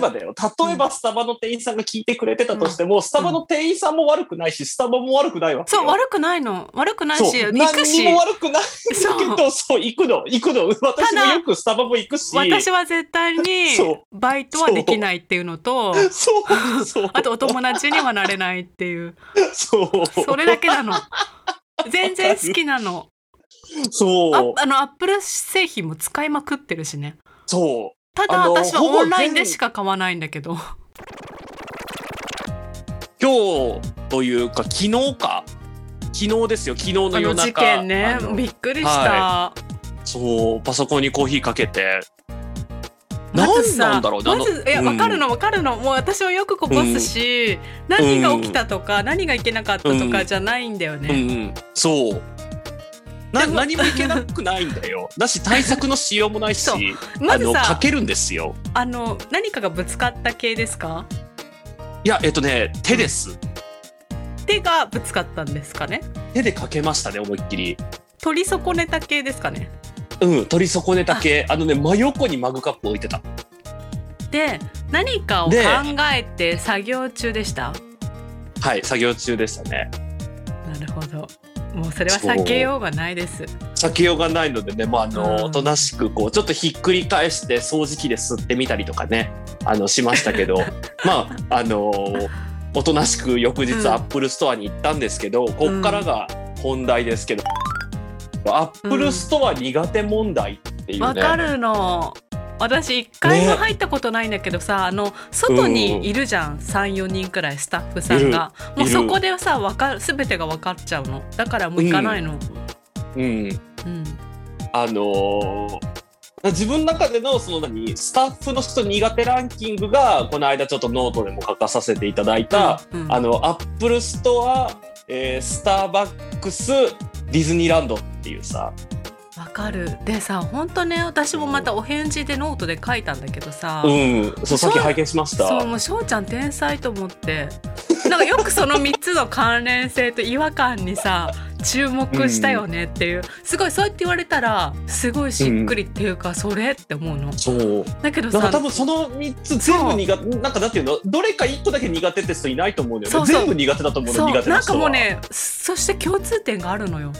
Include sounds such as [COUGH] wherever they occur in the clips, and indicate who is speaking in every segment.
Speaker 1: ばだよ。例えばスタバの店員さんが聞いてくれてたとしても、スタバの店員さんも悪くないし、スタバも悪くないわけよ。
Speaker 2: そう、悪くないの。悪くない
Speaker 1: そう
Speaker 2: し、行
Speaker 1: 何
Speaker 2: く
Speaker 1: に
Speaker 2: し
Speaker 1: も、悪くないんだけど、そう、行くの、行くの。私もよくスタバも行くし。
Speaker 2: 私は絶対に
Speaker 1: そ
Speaker 2: バイトはできないっていうのと、
Speaker 1: そう、そう。
Speaker 2: あとお友達にはなれないっていう。
Speaker 1: そう。
Speaker 2: それだけ
Speaker 1: [LAUGHS]
Speaker 2: なの。全然好きなの。あ
Speaker 1: そう。
Speaker 2: あの、アップル製品も使いまくってるしね。
Speaker 1: そう。
Speaker 2: た
Speaker 1: あ
Speaker 2: だ
Speaker 1: の
Speaker 2: 私は
Speaker 1: ほぼ
Speaker 2: オンライン
Speaker 1: 全
Speaker 2: でしか買わないんだけど。
Speaker 1: 今日というか昨日か昨日ですよ昨日の
Speaker 2: あ
Speaker 1: 夜
Speaker 2: の
Speaker 1: 中
Speaker 2: 事件ね
Speaker 1: あの。
Speaker 2: びっくりした。
Speaker 1: はそうパソコンにコーヒーかけて
Speaker 2: ま
Speaker 1: 何
Speaker 2: ずさ
Speaker 1: なんだろうねあの
Speaker 2: まずいや
Speaker 1: うん
Speaker 2: 分かるの分かるのもう私はよくこぼすし、何が起きたとか、何がいけなかったとかじゃないんだよ
Speaker 1: う
Speaker 2: ね、
Speaker 1: んうんそうな
Speaker 2: でも
Speaker 1: 何もいけなくないんだよだし対策のしようもないし
Speaker 2: そうまず
Speaker 1: あのか
Speaker 2: さ
Speaker 1: けるんですよ
Speaker 2: あの何かがぶつかった系ですか
Speaker 1: いやえっとね手です
Speaker 2: 手がぶつかったんですかね
Speaker 1: 手でかけましたね思いっきり
Speaker 2: 取り損ねた系ですかね
Speaker 1: うん取り損ねた系あのね真横にマグカップ置いてた
Speaker 2: で何かを考
Speaker 1: で
Speaker 2: えて作業中でした
Speaker 1: はい作業中でしたね
Speaker 2: なるほどもうそれは避けようがないです
Speaker 1: 避けようがないのでね、まあ、あ
Speaker 2: うん
Speaker 1: の、おとなしく、こう、ちょっとひっくり返して、掃除機で吸ってみたりとかね、あの、しました
Speaker 2: [LAUGHS]
Speaker 1: けど、まあ、あの、おとなしく翌日
Speaker 2: うん
Speaker 1: アップルストアに行ったんですけど、こっからが本題ですけど、アップルストア苦手問題っていうね。
Speaker 2: わかるの私一回も入ったことないんだけどさ、あの外にいるじゃん34人くらいスタッフさんが
Speaker 1: いる
Speaker 2: もう
Speaker 1: いる
Speaker 2: そこでさわかる全てが分かっちゃうのだからもう行かないの、
Speaker 1: うん。
Speaker 2: うん
Speaker 1: あの自分の中でのその何スタッフの人苦手ランキングがこの間ちょっとノートでも書かさせていただいた、
Speaker 2: うん
Speaker 1: あのアップルストア、えースターバックスディズニーランドっていうさ
Speaker 2: わかるでさ本当ね私もまたお返事でノートで書いたんだけどさ、
Speaker 1: うんそうさっ
Speaker 2: そ
Speaker 1: き
Speaker 2: う
Speaker 1: 拝見しまし
Speaker 2: そう
Speaker 1: た
Speaker 2: もう翔ちゃん天才と思ってなんかよくその3つの関連性と違和感にさ注目したよねっていう、すごいそうやって言われたらすごいしっくりっていうか、それって思うの
Speaker 1: そう
Speaker 2: だけど
Speaker 1: なん
Speaker 2: さ
Speaker 1: か多分その3つ全部苦手なんかなんていうのどれか1個だけ苦手って人いないと思うんだよね
Speaker 2: そうそう
Speaker 1: 全部苦手だと思うの
Speaker 2: そ
Speaker 1: 苦
Speaker 2: う
Speaker 1: 手な
Speaker 2: なん
Speaker 1: 人
Speaker 2: か
Speaker 1: は
Speaker 2: もうねそして共通点があるのよ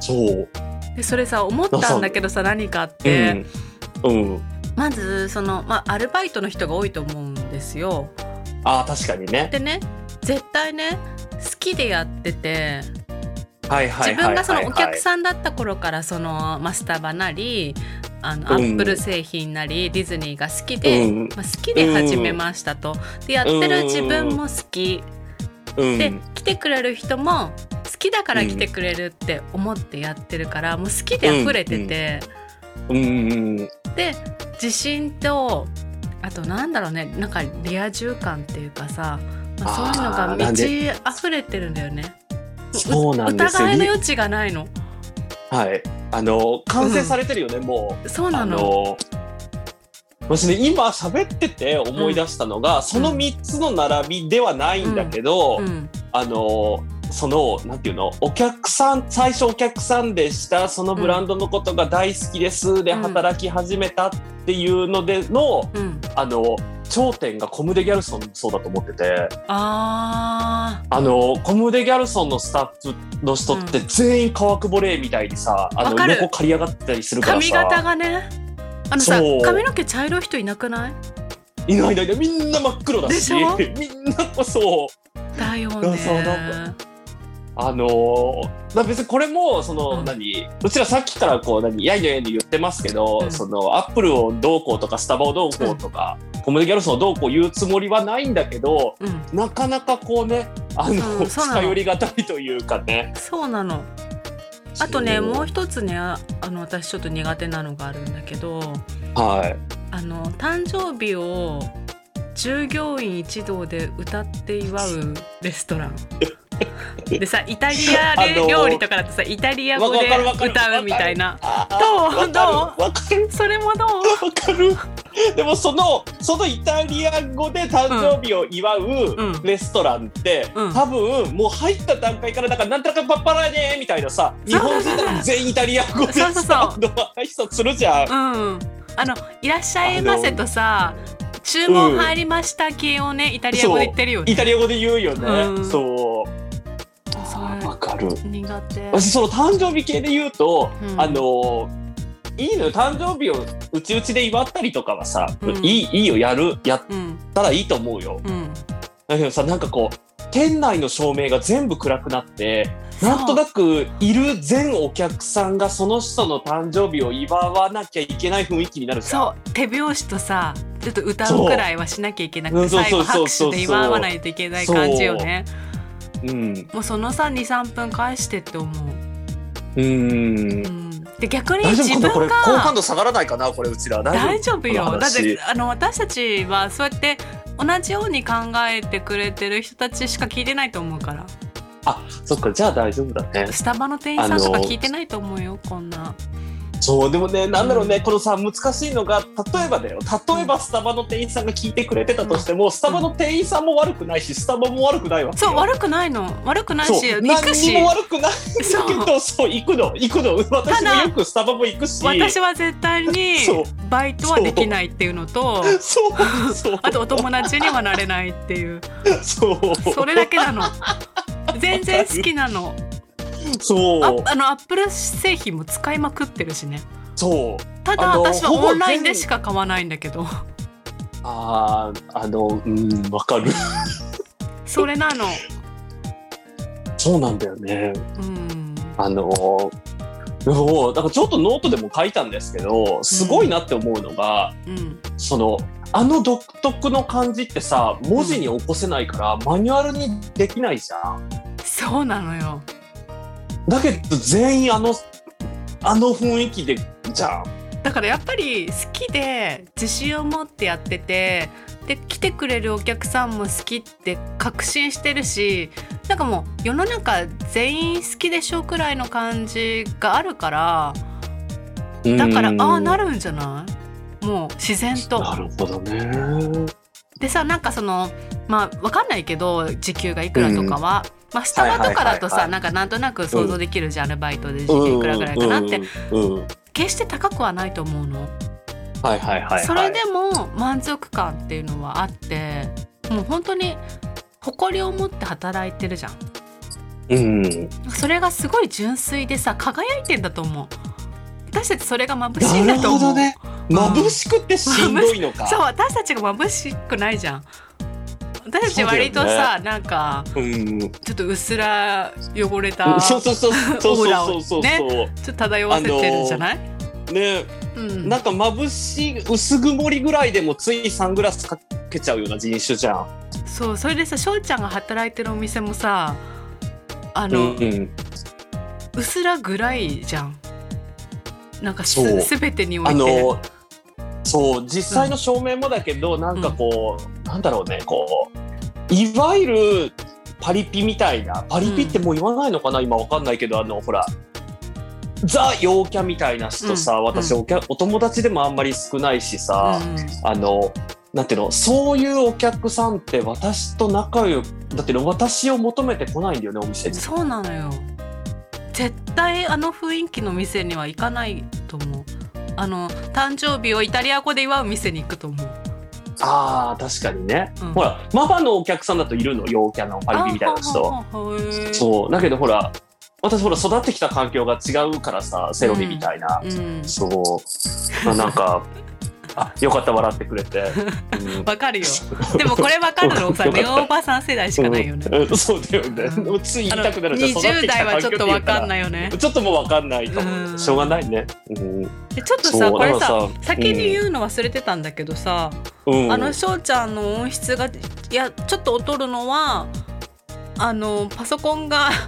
Speaker 1: そう
Speaker 2: でそれさ思ったんだけどさ何かって、
Speaker 1: うん、うん、
Speaker 2: まずその、まあ、アルバイトの人が多いと思うんですよ
Speaker 1: ああ確かにね
Speaker 2: でね絶対ね好きでやってて
Speaker 1: はいはい
Speaker 2: 自
Speaker 1: はいはい、はい、
Speaker 2: 分がそのお客さんだった頃からそのマスタバなりあの
Speaker 1: うん
Speaker 2: アップル製品なりディズニーが好きで、
Speaker 1: うん
Speaker 2: まあ、好きで始めましたと、でやってる自分も好き、
Speaker 1: うん
Speaker 2: で来てくれる人も好きだから来てくれるって思ってやってるから、もう好きで溢れてて、
Speaker 1: うんうんうん
Speaker 2: で自信とあとなんだろうねなんかリア充感っていうかさ、まあそういうの
Speaker 1: あ
Speaker 2: が
Speaker 1: ー
Speaker 2: 満
Speaker 1: なん
Speaker 2: ち溢れてるんだよね。
Speaker 1: そうなんですよ
Speaker 2: 疑いの余地がないの。
Speaker 1: はいあの完成されてるよね、もう
Speaker 2: そうな
Speaker 1: あ
Speaker 2: の。
Speaker 1: の私ね今喋ってて思い出したのが、その3つの並びではないんだけど、
Speaker 2: うん、
Speaker 1: あのそのなんていうのお客さん最初お客さんでしたそのブランドのことが大好きですで
Speaker 2: うん
Speaker 1: 働き始めたっていうのでの、
Speaker 2: うん、
Speaker 1: あの頂点がコムデ・ギャルソンもそうだと思ってて
Speaker 2: あ
Speaker 1: あのコムデ・ギャルソンのスタッフの人って全員川久保玲みたいにさ、あ
Speaker 2: わ
Speaker 1: の
Speaker 2: かる
Speaker 1: 猫刈り上がったりす
Speaker 2: ー
Speaker 1: るから
Speaker 2: 髪
Speaker 1: さ
Speaker 2: 型がねあのさ
Speaker 1: そう
Speaker 2: 髪の毛茶色い人いなくない
Speaker 1: いないいないいないみんな真っ黒だし
Speaker 2: でし
Speaker 1: [LAUGHS]
Speaker 2: ょ
Speaker 1: みんなそう
Speaker 2: だよ
Speaker 1: いや
Speaker 2: ね
Speaker 1: そうなんあのーまあ別にこれもその、
Speaker 2: うん
Speaker 1: 何うちらさっきからこう何やいのやいの言ってますけど、
Speaker 2: うん
Speaker 1: そのアップルをどうこうとかスタバをどうこうとか、コムデギャルソンをどうこう言うつもりはないんだけど
Speaker 2: うん、
Speaker 1: なかなかこうねあの、
Speaker 2: うんそうなの
Speaker 1: 近寄りがたいというかね
Speaker 2: そうなのあとね
Speaker 1: そ
Speaker 2: もう一つねあの私ちょっと苦手なのがあるんだけど
Speaker 1: はい
Speaker 2: あの誕生日を従業員一同で歌って祝うレスト
Speaker 1: [LAUGHS]
Speaker 2: ランでさイタリア
Speaker 1: あ
Speaker 2: で
Speaker 1: のー
Speaker 2: 料理とかだとさイタリア語で
Speaker 1: わかるわかるわかる
Speaker 2: 歌うみたいな
Speaker 1: あ
Speaker 2: どう
Speaker 1: わかるわかる
Speaker 2: それもどう
Speaker 1: わかるでもそのそのイタリア語で誕生日を祝う、
Speaker 2: んうん
Speaker 1: レストランって、
Speaker 2: うん
Speaker 1: 多分もう入った段階からなんかなんとかパッパラねーみたいなさ日
Speaker 2: そうそう
Speaker 1: 本
Speaker 2: そう
Speaker 1: 人だと全員イタリア語で
Speaker 2: そうそうそう
Speaker 1: さあの挨拶するじゃん。
Speaker 2: うん、あの「いらっしゃいませ」とさ「注文入りました系をねイタリア語で言ってるよね
Speaker 1: イタリア語で言うよね、
Speaker 2: うん
Speaker 1: そう
Speaker 2: そう
Speaker 1: あーわかる
Speaker 2: 苦手
Speaker 1: 私その誕生日系で言うと、
Speaker 2: うん
Speaker 1: あのいいのよ誕生日をうちうちで祝ったりとかはさ、
Speaker 2: うん
Speaker 1: いいいいよやるやっ
Speaker 2: うん
Speaker 1: たらいいと思うよ
Speaker 2: うん
Speaker 1: だけどさなんかこう店内の照明が全部暗くなってなんとなくいる全お客さんがその人の誕生日を祝わなきゃいけない雰囲気になるじゃん
Speaker 2: そう手拍子とさちょっと歌うくらいはしなきゃいけなくて
Speaker 1: そう
Speaker 2: 最
Speaker 1: そ
Speaker 2: 後
Speaker 1: う
Speaker 2: 拍
Speaker 1: そうそうそう
Speaker 2: 手で祝わないといけない感じよね
Speaker 1: うん
Speaker 2: もうそのさ23分返してって思う、
Speaker 1: うん
Speaker 2: うん、で逆に
Speaker 1: 大丈夫
Speaker 2: 自
Speaker 1: 今度これ
Speaker 2: 分
Speaker 1: 好感
Speaker 2: が
Speaker 1: 度下がらないかなこれうちら
Speaker 2: 大
Speaker 1: 大丈
Speaker 2: 丈夫
Speaker 1: この
Speaker 2: よだっ
Speaker 1: 話
Speaker 2: てあの私たちはそうやって同じように考えてくれてる人たちしか聞いてないと思うから
Speaker 1: 夫そっかじゃあ大丈夫だね
Speaker 2: スタバの店員さんとか聞いてないと思うよこんな
Speaker 1: そうでもねなんだろうね、
Speaker 2: うん
Speaker 1: このさ難しいのが例えばだよ例えばスタバの店員さんが聞いてくれてたとしても、スタバの店員さんも悪くないしスタバも悪くないわけよ
Speaker 2: そう悪くないの悪くない
Speaker 1: そう
Speaker 2: し行く
Speaker 1: 何に
Speaker 2: し
Speaker 1: も悪くないんだけどそう行くの行くの私
Speaker 2: た
Speaker 1: も
Speaker 2: だ
Speaker 1: よくスタバも行くし
Speaker 2: 私は絶対に
Speaker 1: そう
Speaker 2: バイトはできないっていうのと
Speaker 1: そうそう
Speaker 2: あとお友達にはなれないっていう
Speaker 1: そう
Speaker 2: それだけ
Speaker 1: [LAUGHS]
Speaker 2: なの全然好きなの
Speaker 1: そう
Speaker 2: ああのアップル製品も使いまくってるしね
Speaker 1: そう
Speaker 2: た
Speaker 1: あ
Speaker 2: だ
Speaker 1: の
Speaker 2: 私は
Speaker 1: ほぼ
Speaker 2: オ
Speaker 1: 全
Speaker 2: ンラインでしか買わないんだけど
Speaker 1: あーあのうんわかる
Speaker 2: それなの
Speaker 1: そうなんだよね
Speaker 2: うん
Speaker 1: あのもうだからちょっとノートでも書いたんですけどすごいなって思うのが、
Speaker 2: うん
Speaker 1: そのあの独特の感じってさ文字に起こせないから、マニュアルにできないじゃん。
Speaker 2: そうなのよ
Speaker 1: だけど全員あのあの雰囲気でじゃん。
Speaker 2: だからやっぱり好きで自信を持ってやっててで来てくれるお客さんも好きって確信してるしなんかもう世の中全員好きでしょくらいの感じがあるからだからああな
Speaker 1: る
Speaker 2: るんじゃないもう自然と。
Speaker 1: なるほどね。
Speaker 2: でさなんかそのまあわかんないけど時給がいくらとかは、まあスタバとかだ
Speaker 1: はいは
Speaker 2: とさ、
Speaker 1: いはいはい
Speaker 2: なんかなんとなく想像できるじゃん、アルバイトで時給いくらぐらいかなって、
Speaker 1: うんうんうんうん
Speaker 2: 決して高くはないと思うの、
Speaker 1: はいはいはいはい。
Speaker 2: それでも満足感っていうのはあってもう本当に誇りを持って働いてるじゃん
Speaker 1: うん。
Speaker 2: それがすごい純粋でさ輝いてんだと思う私たちそれが眩しいん
Speaker 1: な
Speaker 2: だ
Speaker 1: る
Speaker 2: と思
Speaker 1: ほ
Speaker 2: う
Speaker 1: どね。
Speaker 2: ん
Speaker 1: 眩しくてしんどいのか。
Speaker 2: そう私たちが眩しくないじゃん私たち割と
Speaker 1: そうだ
Speaker 2: さ、なんか
Speaker 1: うん。
Speaker 2: ちょっとうっすら汚れ
Speaker 1: う
Speaker 2: た
Speaker 1: んそうそうそうそう
Speaker 2: オーラを
Speaker 1: そうそうそうそ
Speaker 2: ちょっと漂わせてるんじゃない、
Speaker 1: う。ね、
Speaker 2: うん、
Speaker 1: なんか眩しい薄曇りぐらいでもついサングラスかけちゃうような人種じゃん。
Speaker 2: そうそれでさ翔ちゃんが働いてるお店もさあ
Speaker 1: う
Speaker 2: の、
Speaker 1: んうん。
Speaker 2: うすらぐらいじゃんなんか
Speaker 1: そ
Speaker 2: す
Speaker 1: う
Speaker 2: すべてにおい
Speaker 1: あ
Speaker 2: て、
Speaker 1: のそう実際の照明もだけど、なんかこう、なんだろうねこういわゆるパリピみたいなパリピってもう言わないのかな、今わかんないけどあのほらザ陽キャみたいな人さ、
Speaker 2: うん
Speaker 1: 私お客お友達でもあんまり少ないしさ、
Speaker 2: うん
Speaker 1: あのなんていうのそういうお客さんって私と仲良くだって私を求めてこないんだよねお店に。
Speaker 2: そうなのよ絶対あの雰囲気の店には行かないと思うあの誕生日をイタリア語で祝う店に行くと思う
Speaker 1: あー確かにね、
Speaker 2: うん
Speaker 1: ほらママのお客さんだといるの陽キャのパリピみたいな人。
Speaker 2: あはははへー
Speaker 1: そうだけどほら私ほら育ってきた環境が違うからさセロリみたいな、
Speaker 2: うん
Speaker 1: そう、まあ、なん
Speaker 2: [LAUGHS]
Speaker 1: かあよかった笑ってくれて、うん
Speaker 2: わかるよでもこれわかるのさ
Speaker 1: よかっ
Speaker 2: ネ
Speaker 1: た
Speaker 2: オおばさん世代しかないよね、
Speaker 1: うんそうだよね、
Speaker 2: うん
Speaker 1: でもつい言
Speaker 2: あ
Speaker 1: い
Speaker 2: の
Speaker 1: たくなるじゃん育って
Speaker 2: 20
Speaker 1: きた
Speaker 2: 代
Speaker 1: 環
Speaker 2: は
Speaker 1: 境っ
Speaker 2: ちょ
Speaker 1: て
Speaker 2: っ
Speaker 1: いうら
Speaker 2: とわかんないよね
Speaker 1: ちょっともうわかんないか
Speaker 2: う
Speaker 1: も
Speaker 2: ん
Speaker 1: しょうがないね、うん、
Speaker 2: でちょっと
Speaker 1: そ
Speaker 2: さ
Speaker 1: う
Speaker 2: これ
Speaker 1: だから
Speaker 2: さ
Speaker 1: さ
Speaker 2: 先に言うの忘れてたんだけどさ、
Speaker 1: うん、
Speaker 2: あの翔ちゃんの音質がいやちょっと劣るのはあのパソコンが [LAUGHS]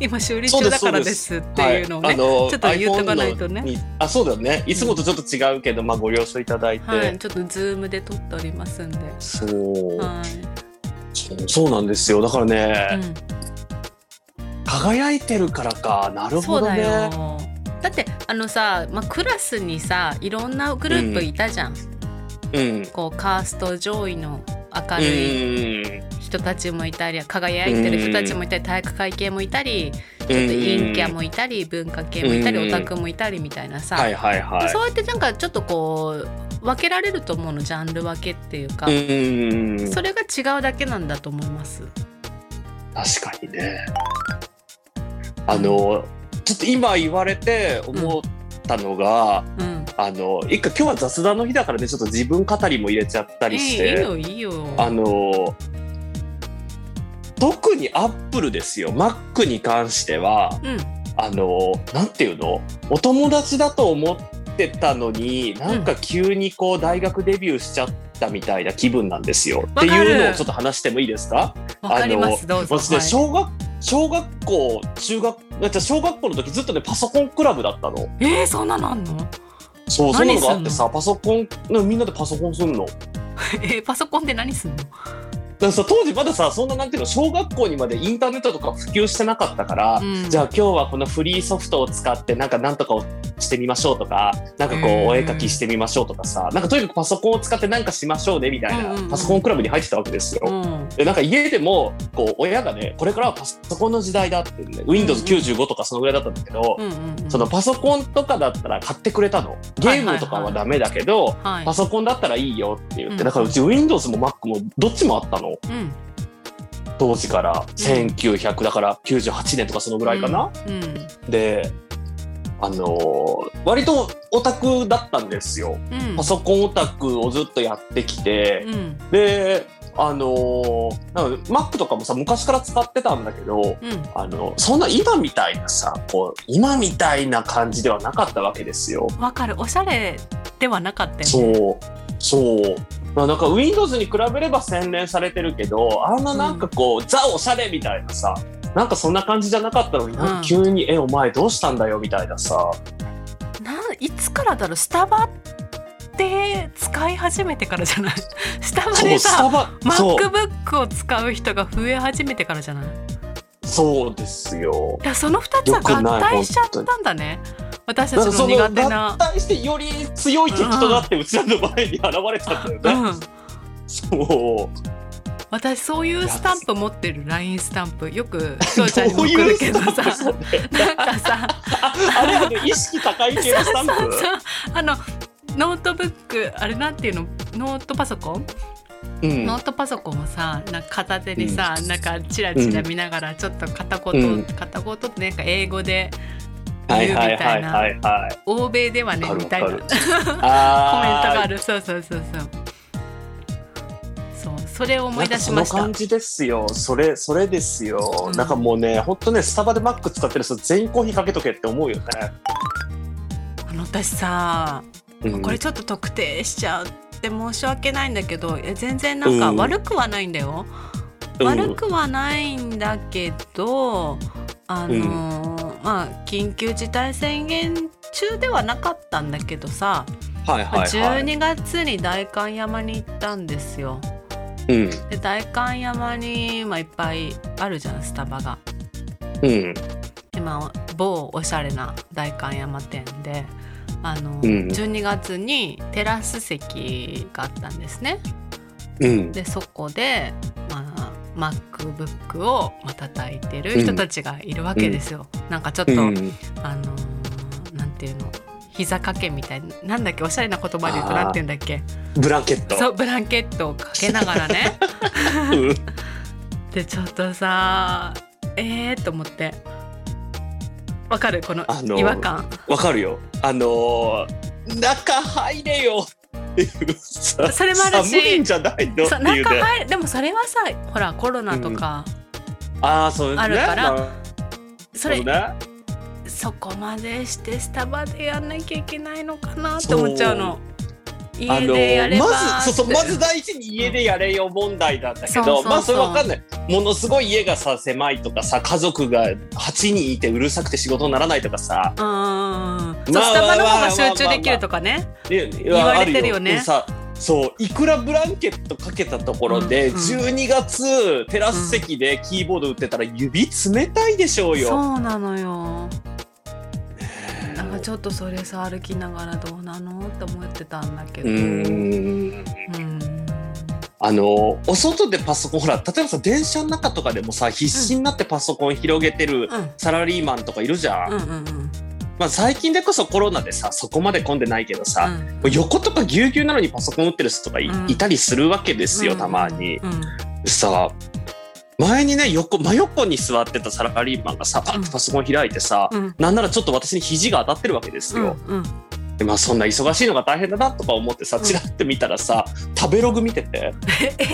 Speaker 2: 今修理中だからですっていうのをね
Speaker 1: は
Speaker 2: ちょっと言っとかないとね
Speaker 1: iPhone のにあそうだよねいつもとちょっと違うけど、まあ、ご了承いただいて、
Speaker 2: はい、ちょっとズームで撮っておりますんで、
Speaker 1: そう、
Speaker 2: はい
Speaker 1: そうそうなんですよだからね、
Speaker 2: うん
Speaker 1: 輝いてるからかなる
Speaker 2: そ
Speaker 1: ほ
Speaker 2: う
Speaker 1: ど
Speaker 2: だ
Speaker 1: ね
Speaker 2: よだってあのさ、まあ、クラスにさいろんなグループいたじゃん、
Speaker 1: うん
Speaker 2: こうカースト上位の明るい
Speaker 1: ち
Speaker 2: 人たちもいたり輝いてる人たちもいたり体育会系もいたり
Speaker 1: ょっと
Speaker 2: ちょっと陰キャもいたり文化系もいたり
Speaker 1: うん
Speaker 2: オタクもいたりみたいなさ、
Speaker 1: はいはいはい
Speaker 2: そうやってなんかちょっとこう分けられると思うのジャンル分けっていうか、
Speaker 1: うん確
Speaker 2: それが違うだけなんだと思います。
Speaker 1: かにねあのちょっと今言われて思ったのが、
Speaker 2: うん、
Speaker 1: あの一回今日は雑談の日だからねちょっと自分語りも入れちゃった
Speaker 2: い
Speaker 1: りし
Speaker 2: いい
Speaker 1: て、
Speaker 2: いよいいよ。
Speaker 1: あの特にアップルですよ Mac に関しては
Speaker 2: うん
Speaker 1: あのなんていうのお友達だと思ってたのになんか急にこう大学デビューしちゃったみたいな気分なんですよ、っていうのをちょっと話してもいいですか
Speaker 2: わかりますどうぞ。
Speaker 1: 私ね、
Speaker 2: はい
Speaker 1: 小学小学校中学あじゃあ小学校の時ずっとねパソコンクラブだったの
Speaker 2: えー、そんなのあんの？ [LAUGHS]
Speaker 1: そうそういう
Speaker 2: 何
Speaker 1: のがあって
Speaker 2: すん
Speaker 1: さパソコンなんかみんなでパソコンすんのだか
Speaker 2: えーパソコンで何すんの？
Speaker 1: らさ当時まださそんななんていうの小学校にまでインターネットとか普及してなかったから、
Speaker 2: うん
Speaker 1: じゃあ今日はこのフリーソフトを使ってなんかなんとかをしてみましょうとかなんかこ
Speaker 2: うん
Speaker 1: うお絵描きしてみましょうとかさなんかとにかくパソコンを使ってなんかしましょうねみたいな、
Speaker 2: うんうんうん
Speaker 1: パソコンクラブに入ってたわけですよ。
Speaker 2: うん
Speaker 1: でなんか家でもこう親がねこれからはパソコンの時代だってね Windows95 とかそのぐらいだったんだけど、
Speaker 2: うんうんうん。
Speaker 1: そのパソコンとかだったら買ってくれたのゲームとかはダメだけど、
Speaker 2: はい
Speaker 1: パ。ソコンだったらいいよって言って、
Speaker 2: うん
Speaker 1: だからうち Windows も Mac もどっちもあったの
Speaker 2: うん。
Speaker 1: 当時から1900だから98年とかそのぐらいかな、
Speaker 2: うん。うん
Speaker 1: であのー割とオタクだったんですよ
Speaker 2: うん。
Speaker 1: パソコンオタクをずっとやってきて、
Speaker 2: うん
Speaker 1: であのーなんか Mac とかもさ昔から使ってたんだけど
Speaker 2: うん
Speaker 1: あのそんな今みたいなさこう今みたいな感じではなかったわけですよ。
Speaker 2: わかるおしゃれではなかったよね
Speaker 1: そうそうまあ、なんか Windows に比べれば洗練されてるけどあんななんかこう、ザおしゃれみたいなさなんかそんな感じじゃなかったのになんか急に「えお前どうしたんだよ」みたいなさ
Speaker 2: ないつからだろうスタバって使い始めてからじゃない [LAUGHS] スタバ
Speaker 1: そ
Speaker 2: で
Speaker 1: うスタ
Speaker 2: さ
Speaker 1: バそう
Speaker 2: MacBook を使う人が増え始めてからじゃないい
Speaker 1: そうですよ。
Speaker 2: やその2つは
Speaker 1: よくない
Speaker 2: 合体しちゃったんだね私た
Speaker 1: なんか
Speaker 2: ちの
Speaker 1: その
Speaker 2: 苦
Speaker 1: 合
Speaker 2: 手な
Speaker 1: 体してより強い敵となってうちらの前に現れたんだよね。
Speaker 2: うん
Speaker 1: そう。
Speaker 2: 私そういうスタンプ持ってる LINE スタンプよく翔ちゃんに
Speaker 1: どう
Speaker 2: 送
Speaker 1: いう
Speaker 2: る
Speaker 1: ス
Speaker 2: けど
Speaker 1: タンプ
Speaker 2: さなんかさ
Speaker 1: ああれはね、意識高い系のスタンプ。
Speaker 2: そうそうあのノートブックあれなんていうのノートパソコン
Speaker 1: うん
Speaker 2: ノートパソコンをさなんか片手にさ、なんかチラチラ見ながらちょっと片言、
Speaker 1: うん
Speaker 2: 片言ってなんか英語で
Speaker 1: はいはい
Speaker 2: みた
Speaker 1: はいい
Speaker 2: な
Speaker 1: はいはい。
Speaker 2: 欧米ではね
Speaker 1: わかる
Speaker 2: み
Speaker 1: わ
Speaker 2: た
Speaker 1: か
Speaker 2: いなコメ
Speaker 1: る
Speaker 2: ント。があ
Speaker 1: あー
Speaker 2: るそうそうそうそうそうそれを思い出し
Speaker 1: な
Speaker 2: ま
Speaker 1: んか
Speaker 2: し
Speaker 1: その
Speaker 2: た
Speaker 1: 感じですよ。それそれですよ。
Speaker 2: うん
Speaker 1: なんかもうね、本当ね、スタバでマック使ってる人全員コーヒーかけとけって思うよね。
Speaker 2: あの私さ
Speaker 1: うん
Speaker 2: これちょっと特定しちゃうって申し訳ないんだけどいや全然なんか
Speaker 1: うん
Speaker 2: 悪くはないんだよ、
Speaker 1: うん
Speaker 2: 悪くはないんだけどあのーまあ緊急事態宣言中ではなかったんだけどさ、
Speaker 1: はい
Speaker 2: まあ
Speaker 1: はいはい。
Speaker 2: 12月に代官山に行ったんですよ。
Speaker 1: うん
Speaker 2: で代官山に、まあ、いっぱいあるじゃんスタバが。
Speaker 1: うん
Speaker 2: 今某おしゃれな代官山店であの、
Speaker 1: うん
Speaker 2: 12月にテラス席があったんですね。
Speaker 1: うん
Speaker 2: でそこで、まあ、MacBook をまあ叩いてる人たちがいるわけですよ。なんかちょっと、
Speaker 1: うん。
Speaker 2: あのーなんていうの膝掛けみたいななんだっけおしゃれな言葉で言う
Speaker 1: あ
Speaker 2: と
Speaker 1: ー
Speaker 2: なんていうんだっけ
Speaker 1: ブランケット。
Speaker 2: そうブランケットをかけなが
Speaker 1: [LAUGHS]
Speaker 2: らね
Speaker 1: うん
Speaker 2: でちょっとさえー、と思ってわかるこの
Speaker 1: あのー
Speaker 2: 違和感、
Speaker 1: わかるよ。あのー中入れよっていうさ
Speaker 2: それもあるし
Speaker 1: 寒いんじゃないのって
Speaker 2: そう
Speaker 1: い
Speaker 2: 中
Speaker 1: うね。
Speaker 2: 入るでもそれはさほらコロナとか、
Speaker 1: ああそうね。
Speaker 2: あるから
Speaker 1: まあ
Speaker 2: それ
Speaker 1: うね。
Speaker 2: そこまでしてスタバでやんなきゃいけないのかなって思っちゃうの。家でやれば
Speaker 1: まずそうそうまず
Speaker 2: だ
Speaker 1: 第一に家でやれよ問題なんだけど、
Speaker 2: そうそうそう
Speaker 1: まあそれわかんないものすごい家がさ狭いとかさ家族が8人いてうるさくて仕事にならないとかさ
Speaker 2: うん、
Speaker 1: まあ
Speaker 2: そうスタバの方が集
Speaker 1: まあまあまあ
Speaker 2: 中できるとかね。
Speaker 1: 言
Speaker 2: 言われてるよね
Speaker 1: さそういくらブランケットかけたところで、
Speaker 2: うんうん
Speaker 1: 12月テラス席でキーボード打ってたら指冷たいでしょう
Speaker 2: そ
Speaker 1: よ。
Speaker 2: うなのよ。なんかちょっとそれさ歩きながらどうなのって思ってたんだけ
Speaker 1: う
Speaker 2: ど。
Speaker 1: ーん
Speaker 2: うん
Speaker 1: あのお外でパソコンほら例えばさ電車の中とかでもさ必死になってパソコン広げてる
Speaker 2: うん
Speaker 1: サラリーマンとかいるじゃん
Speaker 2: うんうんうん
Speaker 1: まあ、最近でこそコロナでさそこまで混んでないけどさ、
Speaker 2: うん
Speaker 1: もう横とかぎゅうぎゅうなのにパソコン打ってる人とかい,、
Speaker 2: うん
Speaker 1: たりするわけですよ
Speaker 2: うん
Speaker 1: たまに。
Speaker 2: うん
Speaker 1: さ前にね横真横に座ってたサラリーマンがさパッとパソコン開いてさ、
Speaker 2: うん
Speaker 1: なんならちょっと私に肘が当たってるわけですよ。
Speaker 2: うんうん
Speaker 1: でまあそんな忙しいのが大変だなとか思ってさ
Speaker 2: うん
Speaker 1: チラッて見たらさ食べログ見てて
Speaker 2: え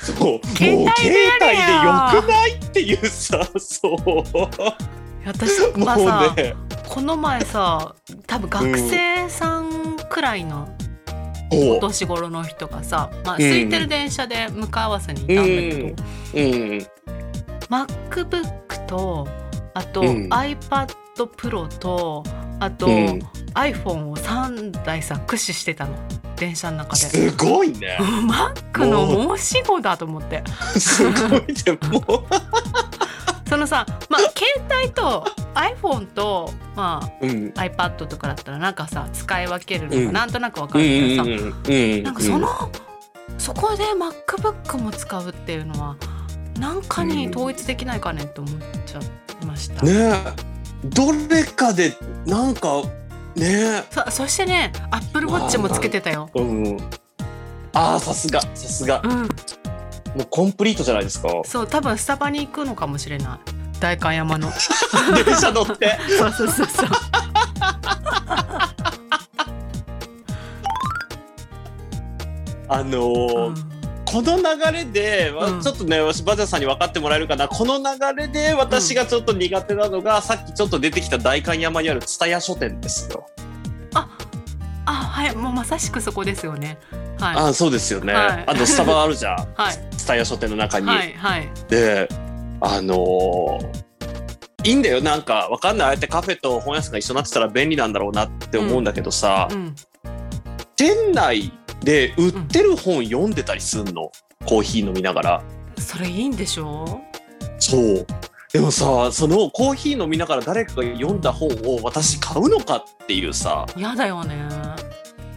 Speaker 1: そうもう携
Speaker 2: 携帯
Speaker 1: 帯
Speaker 2: で
Speaker 1: でよ
Speaker 2: やれよ
Speaker 1: くないっていうさそう
Speaker 2: 私ま
Speaker 1: [LAUGHS]
Speaker 2: あ
Speaker 1: も
Speaker 2: さ
Speaker 1: うね
Speaker 2: この前さ多分学生さんくらいの
Speaker 1: も
Speaker 2: お
Speaker 1: う
Speaker 2: 年頃の人がさ、まあ、
Speaker 1: うん
Speaker 2: 空いてる電車で向かい合わせにいたんだけど、
Speaker 1: うんうん、
Speaker 2: MacBook とあと、
Speaker 1: うん
Speaker 2: iPadPro とあと、
Speaker 1: うん
Speaker 2: iPhone を3台さ駆使してたの電車の中で。
Speaker 1: すごいね
Speaker 2: [LAUGHS] Mac の申し子だと思って
Speaker 1: すごいねもう
Speaker 2: そのさまあ携帯と iPhone と、まあ、
Speaker 1: うん。
Speaker 2: iPad とかだったらなんかさ使い分けるの
Speaker 1: う
Speaker 2: が
Speaker 1: ん
Speaker 2: なんとなくわか
Speaker 1: うん
Speaker 2: るけどさ、
Speaker 1: うんうんうん、
Speaker 2: なんかその、そこで MacBook も使うっていうのはなんかに統一できないかねって思っちゃいました、
Speaker 1: ねえどれかでなんかね
Speaker 2: さそしてね AppleWatch もつけてたよ
Speaker 1: え、うん、ああさすがさすが
Speaker 2: うん、
Speaker 1: もうコンプリートじゃないですか
Speaker 2: そう多分スタバに行くのかもしれない代官
Speaker 1: [LAUGHS]
Speaker 2: 山のそ
Speaker 1: 電車乗
Speaker 2: [LAUGHS]
Speaker 1: って
Speaker 2: うそうそうそう
Speaker 1: あのー
Speaker 2: うん
Speaker 1: この流れで、わ
Speaker 2: うん
Speaker 1: ちょっとね私バジャさんに分かってもらえるかなこの流れで私がちょっと苦手なのが、さっきちょっと出てきた代官山にある蔦屋書店ですよ、
Speaker 2: あはいもうまさしくそこですよね
Speaker 1: あ
Speaker 2: は
Speaker 1: あそうですよね、
Speaker 2: はい
Speaker 1: あとスタバあるじゃん、
Speaker 2: はい
Speaker 1: 蔦屋書店の中
Speaker 2: い
Speaker 1: に、
Speaker 2: はいはい
Speaker 1: であのーいいんだよなんかわかんないああやってカフェと本屋さんが一緒になってたら便利なんだろうなって思うんだけどさ、
Speaker 2: うん
Speaker 1: 店内で売ってる本読んでたりすんの、コーヒー飲みながら
Speaker 2: それいいんでしょ
Speaker 1: そうでもさそのコーヒー飲みながら誰かが読んだ本を私買うのかっていうさ
Speaker 2: うやだよね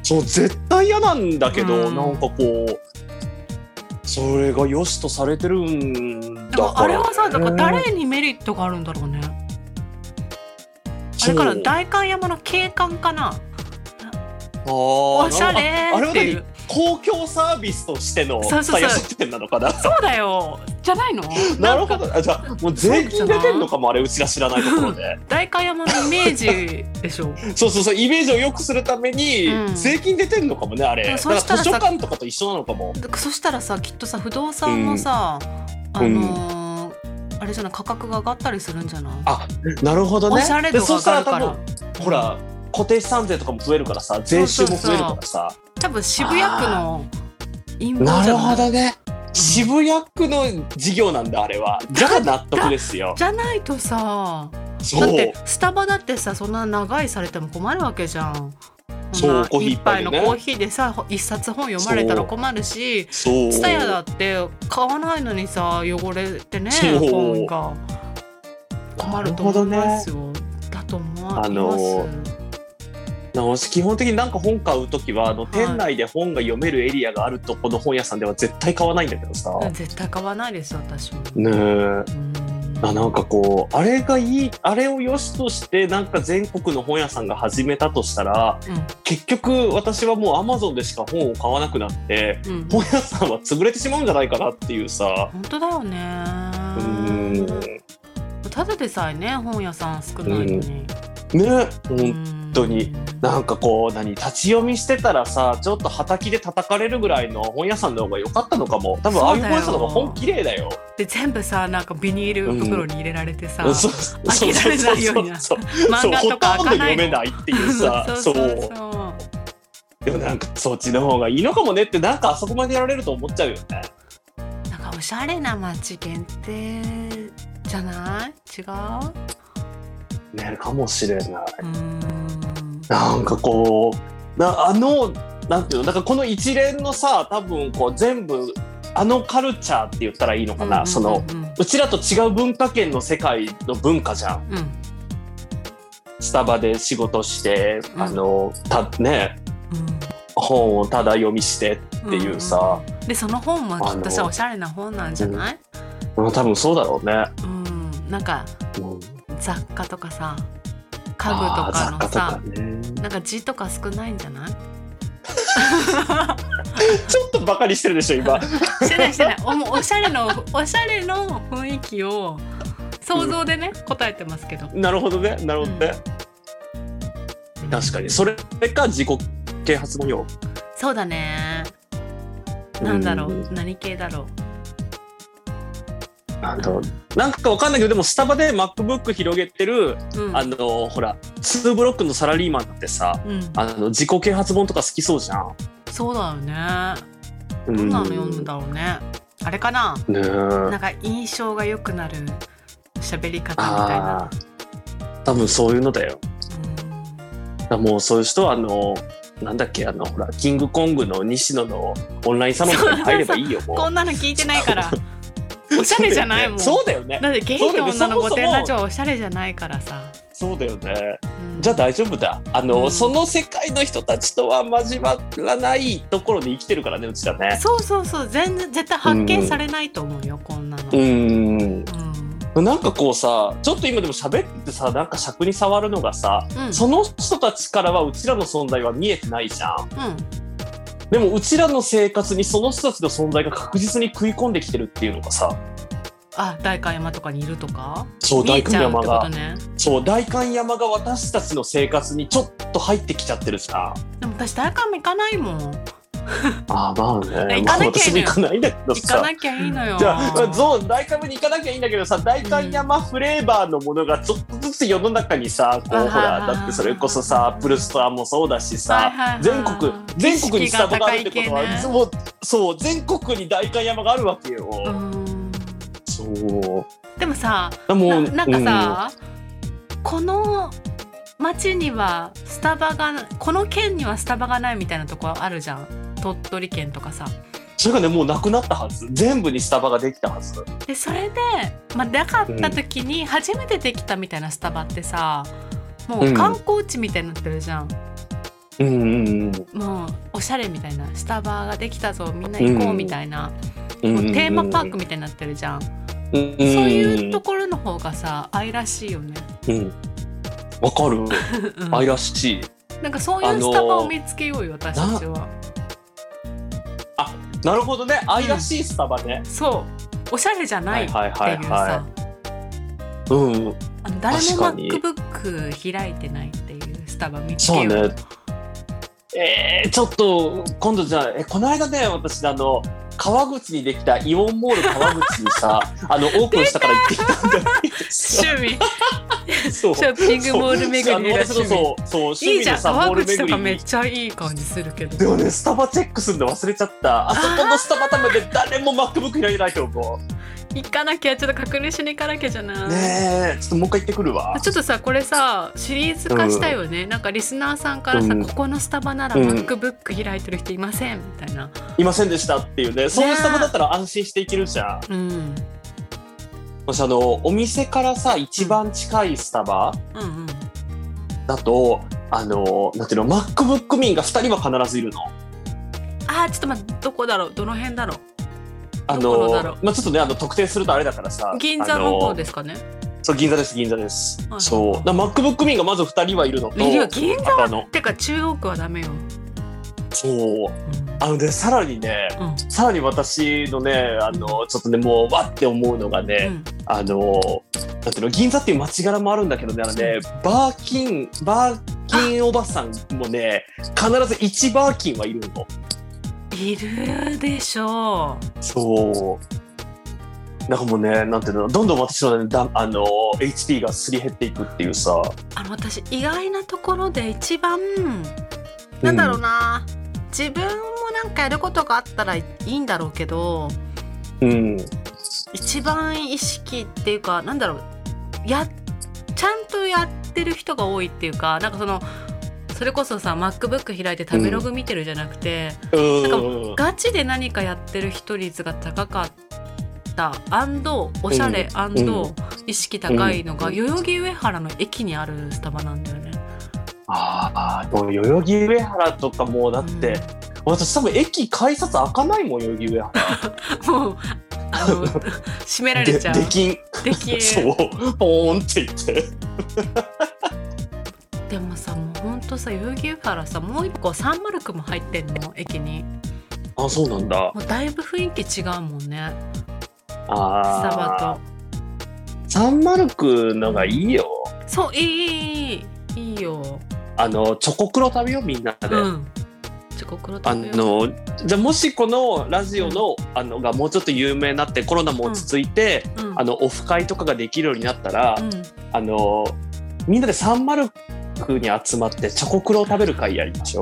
Speaker 1: その絶対嫌なんだけど、
Speaker 2: うん
Speaker 1: なんかこうそれが良しとされてるんだ
Speaker 2: で
Speaker 1: から、
Speaker 2: もあれはさだから誰にメリットがあるんだろうねあれから
Speaker 1: そう
Speaker 2: 代官山の景観かな
Speaker 1: あー
Speaker 2: おしゃれ
Speaker 1: ああれ
Speaker 2: ー
Speaker 1: は
Speaker 2: っていう
Speaker 1: 何公共サービスとしての
Speaker 2: そうそうそ
Speaker 1: 蔦
Speaker 2: う
Speaker 1: 屋書店なのかな
Speaker 2: そうだよじゃないの
Speaker 1: [LAUGHS] なるほ
Speaker 2: んか
Speaker 1: どあじゃあもう税金出てんのかもあれうちら知らないところで
Speaker 2: 代官山のイメージ
Speaker 1: [LAUGHS]
Speaker 2: でしょ
Speaker 1: そうそうそうイメージを良くするために
Speaker 2: うん
Speaker 1: 税金出てんのかもねあれ
Speaker 2: でも
Speaker 1: だ
Speaker 2: そう
Speaker 1: から
Speaker 2: したら
Speaker 1: 図
Speaker 2: さ
Speaker 1: 書館とかと一緒なのかも
Speaker 2: だそしたらさきっとさ不動産もさ、あのーあれじゃない価格が上がったりするんじゃない
Speaker 1: あなるほど
Speaker 2: おしゃれ度
Speaker 1: で
Speaker 2: が
Speaker 1: そう
Speaker 2: 上
Speaker 1: した
Speaker 2: が
Speaker 1: ら
Speaker 2: るか
Speaker 1: 多
Speaker 2: ら
Speaker 1: 分ほら固定資産税とかも増えるからさ税収も増えるからさ
Speaker 2: 多分渋谷区の陰謀
Speaker 1: な
Speaker 2: じゃ
Speaker 1: る
Speaker 2: な
Speaker 1: ほ
Speaker 2: い
Speaker 1: どね渋谷区の事業なんだあれはじゃあ納得ですよ
Speaker 2: じゃないとさ
Speaker 1: そ
Speaker 2: だっ
Speaker 1: う
Speaker 2: てスタバだってさそんな長いされても困るわけじゃん。
Speaker 1: そう
Speaker 2: そんな
Speaker 1: コーヒー
Speaker 2: 一杯
Speaker 1: 一杯で
Speaker 2: の
Speaker 1: ね
Speaker 2: コーヒーでさほ一冊本読まれたら困るし
Speaker 1: そう
Speaker 2: ツタヤだって買わないのにさ汚れてね
Speaker 1: そう
Speaker 2: 本が困ると思いますよ。だと思います。
Speaker 1: あのなし基本的になんか本買う時はあの店内で本が読めるエリアがあるとこの本屋さんでは絶対買わないんだけどさ、
Speaker 2: うん絶対買わないです私も。
Speaker 1: ねえ
Speaker 2: うん
Speaker 1: あなんかこうあれがいいあれを良しとしてなんか全国の本屋さんが始めたとしたら結局私はもうアマゾンでしか本を買わなくなって
Speaker 2: うんうん
Speaker 1: 本屋さんは潰れてしまうんじゃないかなっていうさ
Speaker 2: 本当だよ
Speaker 1: う。
Speaker 2: ね
Speaker 1: ーん
Speaker 2: ただでさえね本屋さん少ないのに。
Speaker 1: ね本当に
Speaker 2: うん
Speaker 1: なんかこう何立ち読みしてたらさちょっとはたきで叩かれるぐらいの本屋さんの方が良かったのかも多分ああいう本屋さんの方が本綺麗だよ。
Speaker 2: で全部さなんかビニール袋に入れられてさ、
Speaker 1: そうそう
Speaker 2: 飽きられないようにな
Speaker 1: そうそうそ
Speaker 2: 漫
Speaker 1: う
Speaker 2: 画とか
Speaker 1: ほと
Speaker 2: 開
Speaker 1: んど
Speaker 2: かない
Speaker 1: 読め
Speaker 2: の
Speaker 1: ないっていうさ
Speaker 2: [LAUGHS] そ
Speaker 1: そうう
Speaker 2: そうそう
Speaker 1: でもなんかそっちの方がいいのかもねってなんかあそこまでやられると思っちゃうよね
Speaker 2: なんかおしゃれな街限定じゃない違う
Speaker 1: ねかもしれないう
Speaker 2: ーん
Speaker 1: なんかこうなあのなんていうのなんかこの一連のさ多分こう全部あのカルチャーって言ったらいいのかな、その
Speaker 2: うんうん
Speaker 1: うちらと違う文化圏の世界の文化じゃん
Speaker 2: うんうん
Speaker 1: スタバで仕事して、
Speaker 2: うん
Speaker 1: あのたね本をただ読みして
Speaker 2: うん
Speaker 1: っていうさ、
Speaker 2: でその本もきっと
Speaker 1: あ
Speaker 2: さ
Speaker 1: の
Speaker 2: おしゃれな本なんじゃない
Speaker 1: うん多分そうだろうね、
Speaker 2: うんなんか
Speaker 1: うん
Speaker 2: 雑貨とかさ家家具とかのさ
Speaker 1: あー雑貨とかね [LAUGHS]
Speaker 2: なんか字とか少ないんじゃない
Speaker 1: ちょっとバカにしてるでしょ
Speaker 2: [LAUGHS]
Speaker 1: 今
Speaker 2: してないしてないおもうおしゃれのおしゃれの雰囲気を想像でね、答えてますけど
Speaker 1: なるほどねなるほどね、確かにそれか自己啓発模様
Speaker 2: そうだねなんだろう、
Speaker 1: う
Speaker 2: 何系だろ
Speaker 1: なんだろうなんかわかんないけどでもスタバで MacBook 広げてる、
Speaker 2: う、うん、
Speaker 1: あのほら2ブロックのサラリーマンってさ
Speaker 2: うん、
Speaker 1: あの自己啓発本とか好きそうじゃん。
Speaker 2: そうだよね
Speaker 1: ど
Speaker 2: どんなの読んだろうねあれかな
Speaker 1: ね
Speaker 2: な
Speaker 1: え
Speaker 2: んか印象が良くなる喋り方みたいな
Speaker 1: ああ多分そういうのだよ。だからもうそういう人はあのなんだっけあのほらキングコングの西野のオンラインサロンとかに入ればいいよ
Speaker 2: う
Speaker 1: も
Speaker 2: ん
Speaker 1: う
Speaker 2: こんなの聞いてないからおしゃれじゃないも
Speaker 1: [LAUGHS]
Speaker 2: ん
Speaker 1: そうだよね
Speaker 2: だってゲイと
Speaker 1: そうだ
Speaker 2: 女
Speaker 1: よね
Speaker 2: の御殿ラジ
Speaker 1: そ
Speaker 2: オはおしゃれじゃないからさ、
Speaker 1: そうだよね
Speaker 2: うん
Speaker 1: じゃあ大丈夫だあの、
Speaker 2: うん
Speaker 1: その世界の人たちとは交わらないところで生きてるからねうちだね
Speaker 2: そうそうそう全然絶対発見されないと思うよ、こんなの、
Speaker 1: う
Speaker 2: うん
Speaker 1: んなんかこうさちょっと今でも喋ってさなんか尺に触るのがさ
Speaker 2: うん
Speaker 1: その人たちからはうちらの存在は見えてないじゃん
Speaker 2: うん
Speaker 1: でもうちらの生活にその人たちの存在が確実に食い込んできてるっていうのがさ
Speaker 2: あ代官山とかにいるとか
Speaker 1: そう
Speaker 2: 見え
Speaker 1: 大
Speaker 2: ち
Speaker 1: 観
Speaker 2: ゃうっ
Speaker 1: 山
Speaker 2: てこと
Speaker 1: が
Speaker 2: ね
Speaker 1: そう大観山が私たちの生活にちょっと入ってきちゃってるさ
Speaker 2: でも私代官山行かないもん
Speaker 1: あーまあね
Speaker 2: 行かなきゃい
Speaker 1: まあ私
Speaker 2: いのよ
Speaker 1: も行かないんだけど
Speaker 2: 行か
Speaker 1: さ
Speaker 2: なきゃいいのよ
Speaker 1: じゃあゾーン大観山に行かなきゃいいんだけどさ大観山フレーバーのものがちょっとずつ世の中にさこ
Speaker 2: あ
Speaker 1: う
Speaker 2: は
Speaker 1: ほ
Speaker 2: は
Speaker 1: らだってそれこそさアップルストアもそうだし
Speaker 2: はい
Speaker 1: さ
Speaker 2: はいはい
Speaker 1: 全国全国に
Speaker 2: 意識
Speaker 1: スタバ
Speaker 2: が
Speaker 1: があ
Speaker 2: 高
Speaker 1: るっ
Speaker 2: い
Speaker 1: てこと
Speaker 2: 系ね
Speaker 1: はそうそう全国に大観山があるわけよ。
Speaker 2: うん
Speaker 1: そう
Speaker 2: でもさ
Speaker 1: でも
Speaker 2: な
Speaker 1: う
Speaker 2: なんかさ、この町にはスタバがこの県にはスタバがないみたいなとこあるじゃん鳥取県とかさ
Speaker 1: うんそれがねもうなくなったはず全部にスタバができたはず
Speaker 2: でそれで、まあ、なかった時に初めてできたみたいなスタバってさもう観光地みたいになってるじゃん、
Speaker 1: うんうん
Speaker 2: もうおしゃれみたいなスタバができたぞみんな行こうみたいな、
Speaker 1: うん
Speaker 2: もうテーマパークみたいになってるじゃん、
Speaker 1: そう
Speaker 2: そういうところの方がさ愛らしいよね
Speaker 1: うんわかる
Speaker 2: うん
Speaker 1: 愛らしい
Speaker 2: なんか [LAUGHS] そういうスタバを見つけようよ私たちは
Speaker 1: なるほどね愛らしいスタバね
Speaker 2: そうおしゃれじゃないっていう
Speaker 1: はいはいはい
Speaker 2: さ
Speaker 1: はうん
Speaker 2: あの誰
Speaker 1: 確
Speaker 2: も
Speaker 1: かに
Speaker 2: MacBook 開いてないっていうスタバ見つけ
Speaker 1: そう
Speaker 2: よう
Speaker 1: ね。えー、ちょっと今度じゃあえこの間ね私あの川口にできたイオンモール川口に
Speaker 2: [LAUGHS]
Speaker 1: さあのオープンしたから行ってきたんだけどさ
Speaker 2: 趣味
Speaker 1: そう
Speaker 2: ショッピングモール巡りが趣味
Speaker 1: そうそうそう趣
Speaker 2: いい
Speaker 1: 味
Speaker 2: じゃ
Speaker 1: の
Speaker 2: ん
Speaker 1: さモー
Speaker 2: 川
Speaker 1: ル
Speaker 2: 口
Speaker 1: 巡
Speaker 2: とか
Speaker 1: り
Speaker 2: めっ
Speaker 1: に
Speaker 2: ちゃいい感じするけど
Speaker 1: でもねスタバチェックするの忘れちゃったあそこのスタバ多分で誰も MacBook 開いてないと思
Speaker 2: 行かなきゃちょっと確認しに行かなきゃじゃな
Speaker 1: う
Speaker 2: い、
Speaker 1: ねえちょっともう一回行ってくるわ
Speaker 2: ちょっとさこれさシリーズ化したいよね、なんかリスナーさんからさ、
Speaker 1: うん
Speaker 2: ここのスタバなら
Speaker 1: うん
Speaker 2: MacBook 開いてる人いませんみたいな、
Speaker 1: いませんでしたっていうねそういうスタバだったら安心して行けるじゃん
Speaker 2: うん、うん
Speaker 1: 私あのお店からさ一番近いスタバ、
Speaker 2: うん
Speaker 1: だと、あの、なんていうの、MacBook 民が2人は必ずいるの。
Speaker 2: あーちょっと待ってどこだろうどの辺だろ
Speaker 1: あ
Speaker 2: どこのだろ
Speaker 1: の、まあ、ちょっとね、あの、特定するとあれだからさ。
Speaker 2: う銀座の方
Speaker 1: す。
Speaker 2: ですかね
Speaker 1: そう、銀座です、銀座です。
Speaker 2: はい
Speaker 1: そう。だから MacBook 民がまず2人はいるのと、
Speaker 2: いるよ銀座
Speaker 1: あとあの、
Speaker 2: てか中央区はダメよ、
Speaker 1: そう。
Speaker 2: うん
Speaker 1: あのね、さらにね、
Speaker 2: うん
Speaker 1: さらに私のね、あの、ちょっとね、もう、わって思うのがね、
Speaker 2: うん
Speaker 1: あの、なんていうの、銀座っていう街柄もあるんだけどね、あのね、バーキン、バーキンおばさんもね、必ず1バーキンはいるの。
Speaker 2: いるでしょ
Speaker 1: そう。なんかもうね、なんていうの、どんどん私の、ね、だあの HP がすり減っていくっていうさ。
Speaker 2: うあの私意外なところで一番なんだろうな、自分もなんかやることがあったらいいんだろうけど
Speaker 1: うん。うん。
Speaker 2: 一番意識っていうかなんだろうやちゃんとやってる人が多いっていうかなんかそのそれこそさ MacBook 開いて食べログ見てるじゃなくて、
Speaker 1: うん。
Speaker 2: ガチで何かやってる人率が高かったおしゃれ、
Speaker 1: うん
Speaker 2: 意識高いのが、
Speaker 1: うん
Speaker 2: 代々木上原の駅にあるスタバなんだよね。
Speaker 1: ああ、でも代々木上原とかもうだって、私多分駅改札開かないもん、代々木上原。
Speaker 2: うんもうあの閉められ
Speaker 1: で、
Speaker 2: ちゃ
Speaker 1: [LAUGHS]
Speaker 2: う
Speaker 1: できん。
Speaker 2: でき
Speaker 1: そう。ポーンって言って。
Speaker 2: でもさもうほんとさ代々木上原さもう一個サンマルクも入ってんの駅に
Speaker 1: あそうなんだ
Speaker 2: もうだいぶ雰囲気違うもんねス
Speaker 1: あ
Speaker 2: タバ
Speaker 1: ーサンマルクのがいいよ
Speaker 2: とそういいいいいいいいよ
Speaker 1: あのチョコクロ食べようみんなで、
Speaker 2: うんチョコクロ
Speaker 1: あ
Speaker 2: 食べよう
Speaker 1: のじゃあもしこのラジオの,、あのがもうちょっと有名になってコロナも落ち着いて、
Speaker 2: うん
Speaker 1: あのオフ会とかができるようになったら、
Speaker 2: うん
Speaker 1: あのみんなでサンマルクに集まってチョコクロを食べる会やりましょ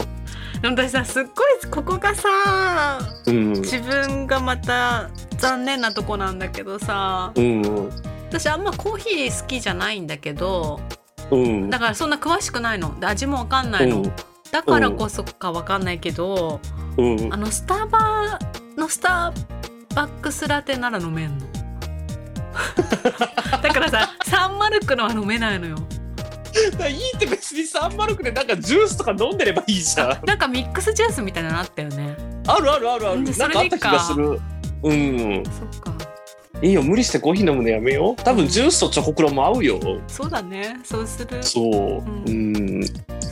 Speaker 2: でも私さすっごいここがさ
Speaker 1: う。うん
Speaker 2: 自分がまた残念なとこなんだけどさ
Speaker 1: うん
Speaker 2: 私あんまコーヒー好きじゃないんだけど
Speaker 1: うん
Speaker 2: だからそんな詳しくないので味もわかんないの、だからこそかわかんないけど、
Speaker 1: うんうん
Speaker 2: あのスタバのスターバックスラテなら飲めん [LAUGHS] のだからさサンマルクのは飲めないのよ
Speaker 1: いいって別にサンマルクでなんかジュースとか飲んでればいいじゃん。
Speaker 2: なんかミックスジュースみたいなのあったよね
Speaker 1: [LAUGHS] あるあるあるある。
Speaker 2: で
Speaker 1: な
Speaker 2: そ
Speaker 1: ん
Speaker 2: れ
Speaker 1: かあ
Speaker 2: で
Speaker 1: っ
Speaker 2: いい
Speaker 1: た
Speaker 2: か
Speaker 1: 気がする。うん、
Speaker 2: そっか
Speaker 1: いいよ無理してコーヒー飲むのやめよう多分ジュースとチョコクロも合うよ
Speaker 2: そうだねそうする
Speaker 1: そう
Speaker 2: うん
Speaker 1: うん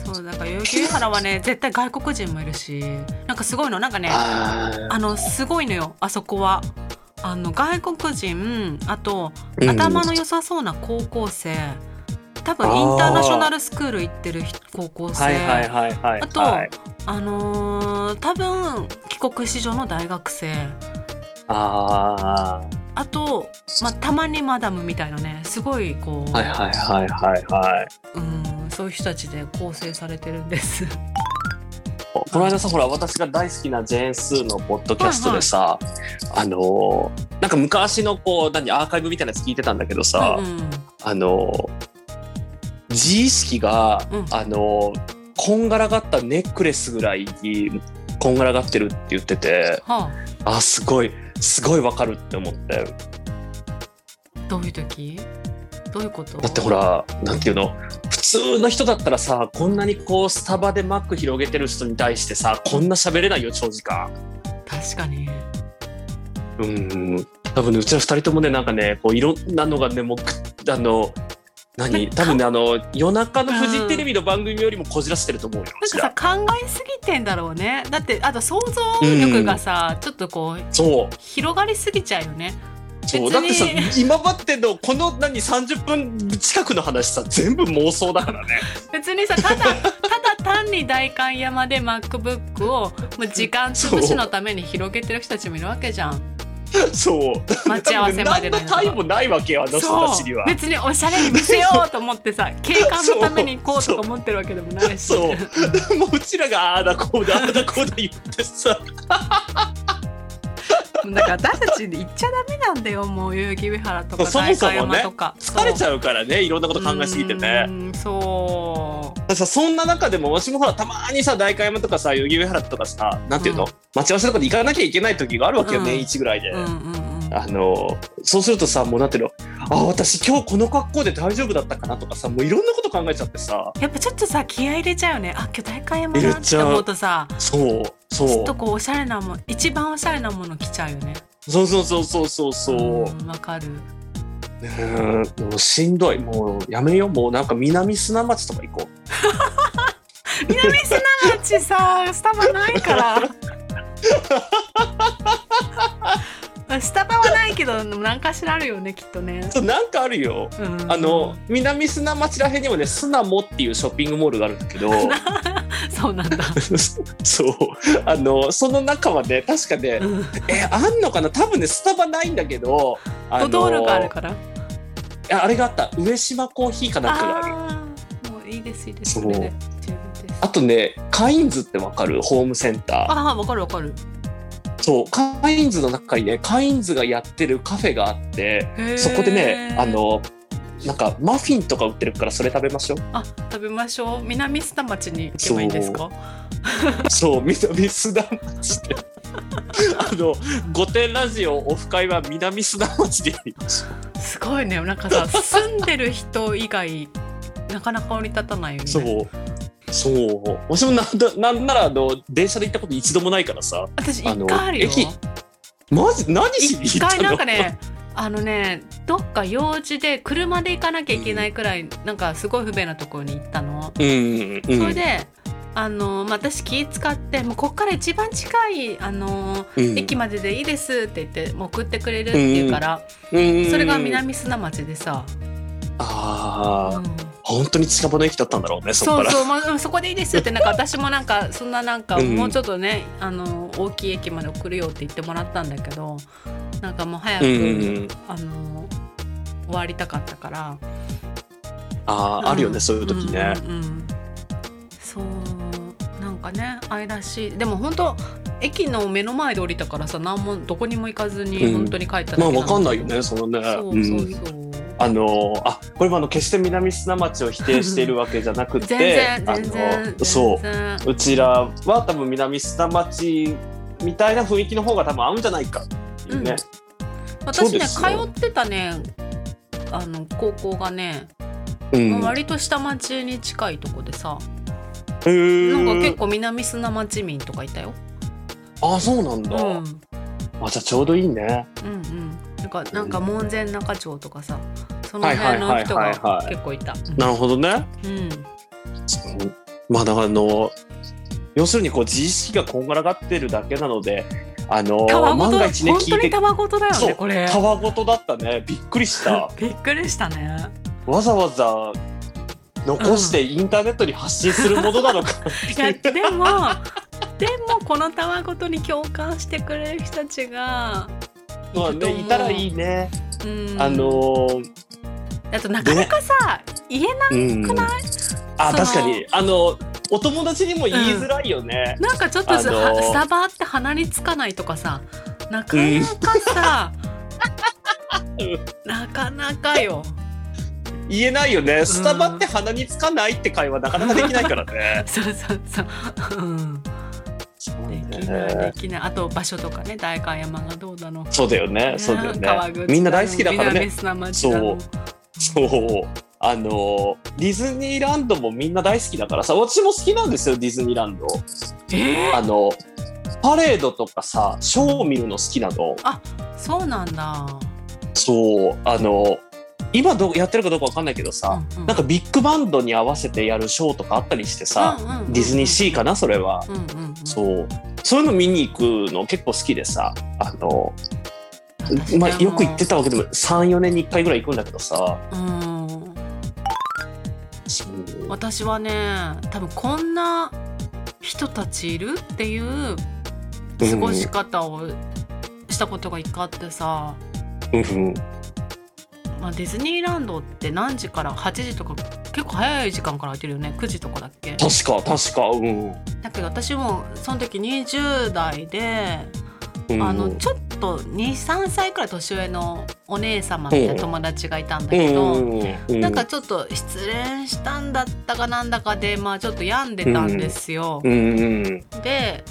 Speaker 2: そうなんか代々木上原はね絶対外国人もいるしなんかすごいのなんかねあ
Speaker 1: あー
Speaker 2: のすごいのよあそこはあの外国人あと
Speaker 1: うん
Speaker 2: 頭の良さそうな高校生多分
Speaker 1: あー
Speaker 2: インターナショナルスクール行ってる人高校生、
Speaker 1: はいはいはいはい
Speaker 2: あと
Speaker 1: はい
Speaker 2: あのー多分帰国子女の大学生
Speaker 1: あ
Speaker 2: あと、まあ、たまにマダムみたいなねすごいこう、
Speaker 1: ーはいはいはいはいはい
Speaker 2: うんそういう人たちで構成されてるんです。
Speaker 1: この間さほら私が大好きなジェーン・スーのポッドキャストでさ、あのーなんか昔のこう何アーカイブみたいなやつ聞いてたんだけどさ、
Speaker 2: うんうん
Speaker 1: あのー自意識が、
Speaker 2: うん
Speaker 1: あのーこんがらがったネックレスぐらいにこんがらがってるって言ってて
Speaker 2: は
Speaker 1: あすごいすごいわかるって思って
Speaker 2: あ、どういう時どういうこと
Speaker 1: だってほらなんていうの普通の人だったらさこんなにこうスタバでマック広げてる人に対してさこんな喋れないよ長時間。
Speaker 2: 確かに
Speaker 1: うん多分ねうちら二人ともねなんかねこういろんなのがねもうくあの何多分ねあの夜中のフジテレビの番組よりもこじらしてると思うよ、うち
Speaker 2: な
Speaker 1: ら
Speaker 2: んかさ考えすぎてんだろうねだってあと想像力がさ、ちょっとこう
Speaker 1: そう
Speaker 2: 広がりすぎちゃうよね
Speaker 1: そう
Speaker 2: 別
Speaker 1: だってさ
Speaker 2: に
Speaker 1: 今までのこの何30分近くの話さ全部妄想だから
Speaker 2: [LAUGHS]
Speaker 1: ね
Speaker 2: [LAUGHS] 別にさただただ単に代官山で MacBook をもう時間潰しのために広げてる人たちもいるわけじゃん
Speaker 1: そう
Speaker 2: 待ち合わせまでの
Speaker 1: 多分ね何のタイもないわけよあの人たちには
Speaker 2: 別におしゃれに見せようと思って
Speaker 1: [LAUGHS]
Speaker 2: さ景観のために行こうとか思ってるわけでもないし
Speaker 1: そうもううちらがああだこ
Speaker 2: [LAUGHS]
Speaker 1: うだああだこうだ言ってさ
Speaker 2: だから私たち行っちゃダメなんだよもう代々木上原とか
Speaker 1: そも
Speaker 2: 代
Speaker 1: そ
Speaker 2: 官
Speaker 1: も
Speaker 2: 山
Speaker 1: ね
Speaker 2: とか
Speaker 1: 疲れち
Speaker 2: ゃう
Speaker 1: ゃうからねいろんなこと考えすぎてね
Speaker 2: うーんそう
Speaker 1: だからさそんな中でも私もほらたまにさ代官山とかさ代々木上原とかさなんていうの、
Speaker 2: うん
Speaker 1: 待ち合わせとかで行かなきゃいけない時があるわけよ、
Speaker 2: うん
Speaker 1: 年一ぐらいで、
Speaker 2: うんうんうん
Speaker 1: あのそうするとさもうなんていうのあ私今日この格好で大丈夫だったかなとかさもういろんなこと考えちゃってさ
Speaker 2: やっぱちょっとさ気合い入れちゃうよねあ今日大会山
Speaker 1: 入
Speaker 2: な
Speaker 1: れ
Speaker 2: っ
Speaker 1: ち
Speaker 2: て
Speaker 1: ゃう
Speaker 2: 思うとさ
Speaker 1: そうそ
Speaker 2: ちょっ
Speaker 1: う
Speaker 2: とこうおしゃれなもん一番おしゃれなもの着ちゃうよね
Speaker 1: そうそうそうそうそうそう
Speaker 2: うんわかる
Speaker 1: うんもうしんどいもうやめようもうなんか南砂町とか行こう
Speaker 2: 南砂町さスタバないから [LAUGHS] スタバはないけど何かしらあるよねきっとね、
Speaker 1: そうなんかあるよ
Speaker 2: うん、
Speaker 1: あの南砂町らへんにもね砂もっていうショッピングモールがあるんだけど
Speaker 2: [LAUGHS] そうなんだ、
Speaker 1: [LAUGHS] そうあのその中はね確かね
Speaker 2: うん
Speaker 1: えあんのかな多分ねスタバないんだけどあの
Speaker 2: ド道路があるから。
Speaker 1: ああれがあった上島コーヒーかなんかがあるあ
Speaker 2: ああ、もういいですいいです。
Speaker 1: そう
Speaker 2: それで十分です。
Speaker 1: とねカインズってわかるホームセンタ
Speaker 2: ああ、わかるわか
Speaker 1: ー
Speaker 2: る。
Speaker 1: そうカインズの中にねカインズがやってるカフェがあって
Speaker 2: へー
Speaker 1: そこでねあ。のなんかマフィンとか売ってるからそれ食べま
Speaker 2: [LAUGHS]
Speaker 1: しょう
Speaker 2: あ、食べましょう。南砂町に行けばいいんですか。
Speaker 1: そう南砂町であの御殿ラジオオフ会は南砂町でやりましょう
Speaker 2: すごいね。なんかさ、住んでる人以外なかなか降り立たないよね。
Speaker 1: そう。そう。私もなんだなんならあの電車で行ったこと一度もないからさ。
Speaker 2: 私
Speaker 1: あの
Speaker 2: 一回あるよ。
Speaker 1: 駅マジ何しに行
Speaker 2: 一
Speaker 1: った
Speaker 2: 回
Speaker 1: の？
Speaker 2: なんかね、あのね、どっか用事で車で行かなきゃいけないくらい、なんかすごい不便なところに行ったの。
Speaker 1: うんうん
Speaker 2: それであのまあ私気使ってもうこっから一番近いあの
Speaker 1: うん
Speaker 2: 駅まででいいですって言ってもう送ってくれるって言うから、
Speaker 1: うん
Speaker 2: それが南砂町でさ、
Speaker 1: ああ、
Speaker 2: うん
Speaker 1: 本当に近場の駅だったんだろうねそこ
Speaker 2: そ
Speaker 1: か
Speaker 2: う
Speaker 1: ら
Speaker 2: そう、まあ、うんそこでいいですってなんか私もなんかそんななんか
Speaker 1: うん
Speaker 2: もうちょっとね、あの大きい駅まで送るよって言ってもらったんだけどなんかもう早く、
Speaker 1: うんうんうん
Speaker 2: あの終わりたかったか
Speaker 1: あ
Speaker 2: らうん
Speaker 1: ああるよねそういう時ね
Speaker 2: うんうんうんそうなんかね愛らしいでも本当駅の目の前で降りたからさ何もどこにも行かず
Speaker 1: う
Speaker 2: に
Speaker 1: ん
Speaker 2: 本当に帰っただけ
Speaker 1: まあ
Speaker 2: だ
Speaker 1: わかんないよねそのね
Speaker 2: そうそう
Speaker 1: うん
Speaker 2: そう、
Speaker 1: あのあこれもあの決して南砂町を否定しているわけじゃなくて
Speaker 2: 全然
Speaker 1: あ
Speaker 2: 全然
Speaker 1: のそう
Speaker 2: 全然
Speaker 1: うちらは多分南砂町みたいな雰囲気の方が多分合うんじゃないかっていうね、そう
Speaker 2: 私ね
Speaker 1: で
Speaker 2: 通
Speaker 1: すよ
Speaker 2: ってたねあの高校がね、
Speaker 1: うん
Speaker 2: まあ割と下町に近いとこでさ、
Speaker 1: へー
Speaker 2: なんか結構南砂町民とかいたよ、
Speaker 1: あそうなん
Speaker 2: う
Speaker 1: だ、
Speaker 2: ん、う
Speaker 1: あ
Speaker 2: ん
Speaker 1: じゃあちょうどいいね
Speaker 2: うんなんかなんか門前仲町とかさその辺の人
Speaker 1: はいはいはいはい
Speaker 2: が
Speaker 1: はい
Speaker 2: 結構いた
Speaker 1: なるほどね
Speaker 2: うん
Speaker 1: そうまあだからあの要するにこう自意識がこんがらがってるだけなのであの
Speaker 2: たわご
Speaker 1: 万
Speaker 2: と
Speaker 1: が
Speaker 2: 本
Speaker 1: 一ね聞
Speaker 2: 当
Speaker 1: い
Speaker 2: に
Speaker 1: て
Speaker 2: たわごとだよ
Speaker 1: そ
Speaker 2: ね
Speaker 1: う
Speaker 2: これ
Speaker 1: たわごとだったねびっくりした
Speaker 2: びっくりしたね
Speaker 1: わざわざ残してインターネットに発信するものなのか
Speaker 2: い
Speaker 1: [LAUGHS]
Speaker 2: やでも [LAUGHS] でもこのたわごとに共感してくれる人たちが、
Speaker 1: まあねいたらいいね、
Speaker 2: うん、
Speaker 1: あの
Speaker 2: あとなかなかさ、言えな
Speaker 1: うん
Speaker 2: くない
Speaker 1: あ
Speaker 2: その
Speaker 1: 確かにあのお友達にも言いづらいよね、
Speaker 2: なんかちょっとさ、
Speaker 1: あのー
Speaker 2: スタバって鼻につかないとかさなかなかさ、なかなかよ
Speaker 1: 言えないよねスタバって鼻につかないって会話なかなかできないからね
Speaker 2: そうそうそう、うん、できないできないあと場所とかね代官山がどうだの
Speaker 1: そうだよねそうだよ
Speaker 2: 川
Speaker 1: ね
Speaker 2: 口
Speaker 1: みんな大好きだから
Speaker 2: 南
Speaker 1: ね
Speaker 2: 砂町だの
Speaker 1: そうあのディズニーランドもみんな大好きだからさ私も好きなんですよディズニーランド
Speaker 2: え
Speaker 1: あのパレードとかさショーを見るの好きなの
Speaker 2: ー、そうなんだ、
Speaker 1: そうあの今どうやってるかどうかわかんないけどさ、
Speaker 2: うんうん
Speaker 1: なんかビッグバンドに合わせてやるショーとかあったりしてさ、
Speaker 2: うんうんうんうん
Speaker 1: ディズニーシーかなそれは、
Speaker 2: うんうんうん、
Speaker 1: そうそういうの見に行くの結構好きでさあの、
Speaker 2: 私
Speaker 1: まあ、
Speaker 2: でも
Speaker 1: よく行ってたわけでも34年に1回ぐらい行くんだけどさ
Speaker 2: うん
Speaker 1: そう
Speaker 2: 私はね多分こんな人たちいるっていう過ごし方をしたことが一回あってさ、
Speaker 1: うんうん
Speaker 2: まあ、ディズニーランドって何時から8時とか結構早い時間から開いてるよね9時とかだっけ
Speaker 1: 確か確かうん
Speaker 2: だけど私もその時20代で、
Speaker 1: うん
Speaker 2: あのちょっと23歳くらい年上のお姉様みたいな友達がいた
Speaker 1: う
Speaker 2: んだ
Speaker 1: ん
Speaker 2: けど。
Speaker 1: うん
Speaker 2: なんかちょっと失恋したんだったかなんだかでまあちょっと病んでたんですよ。
Speaker 1: うんうん
Speaker 2: で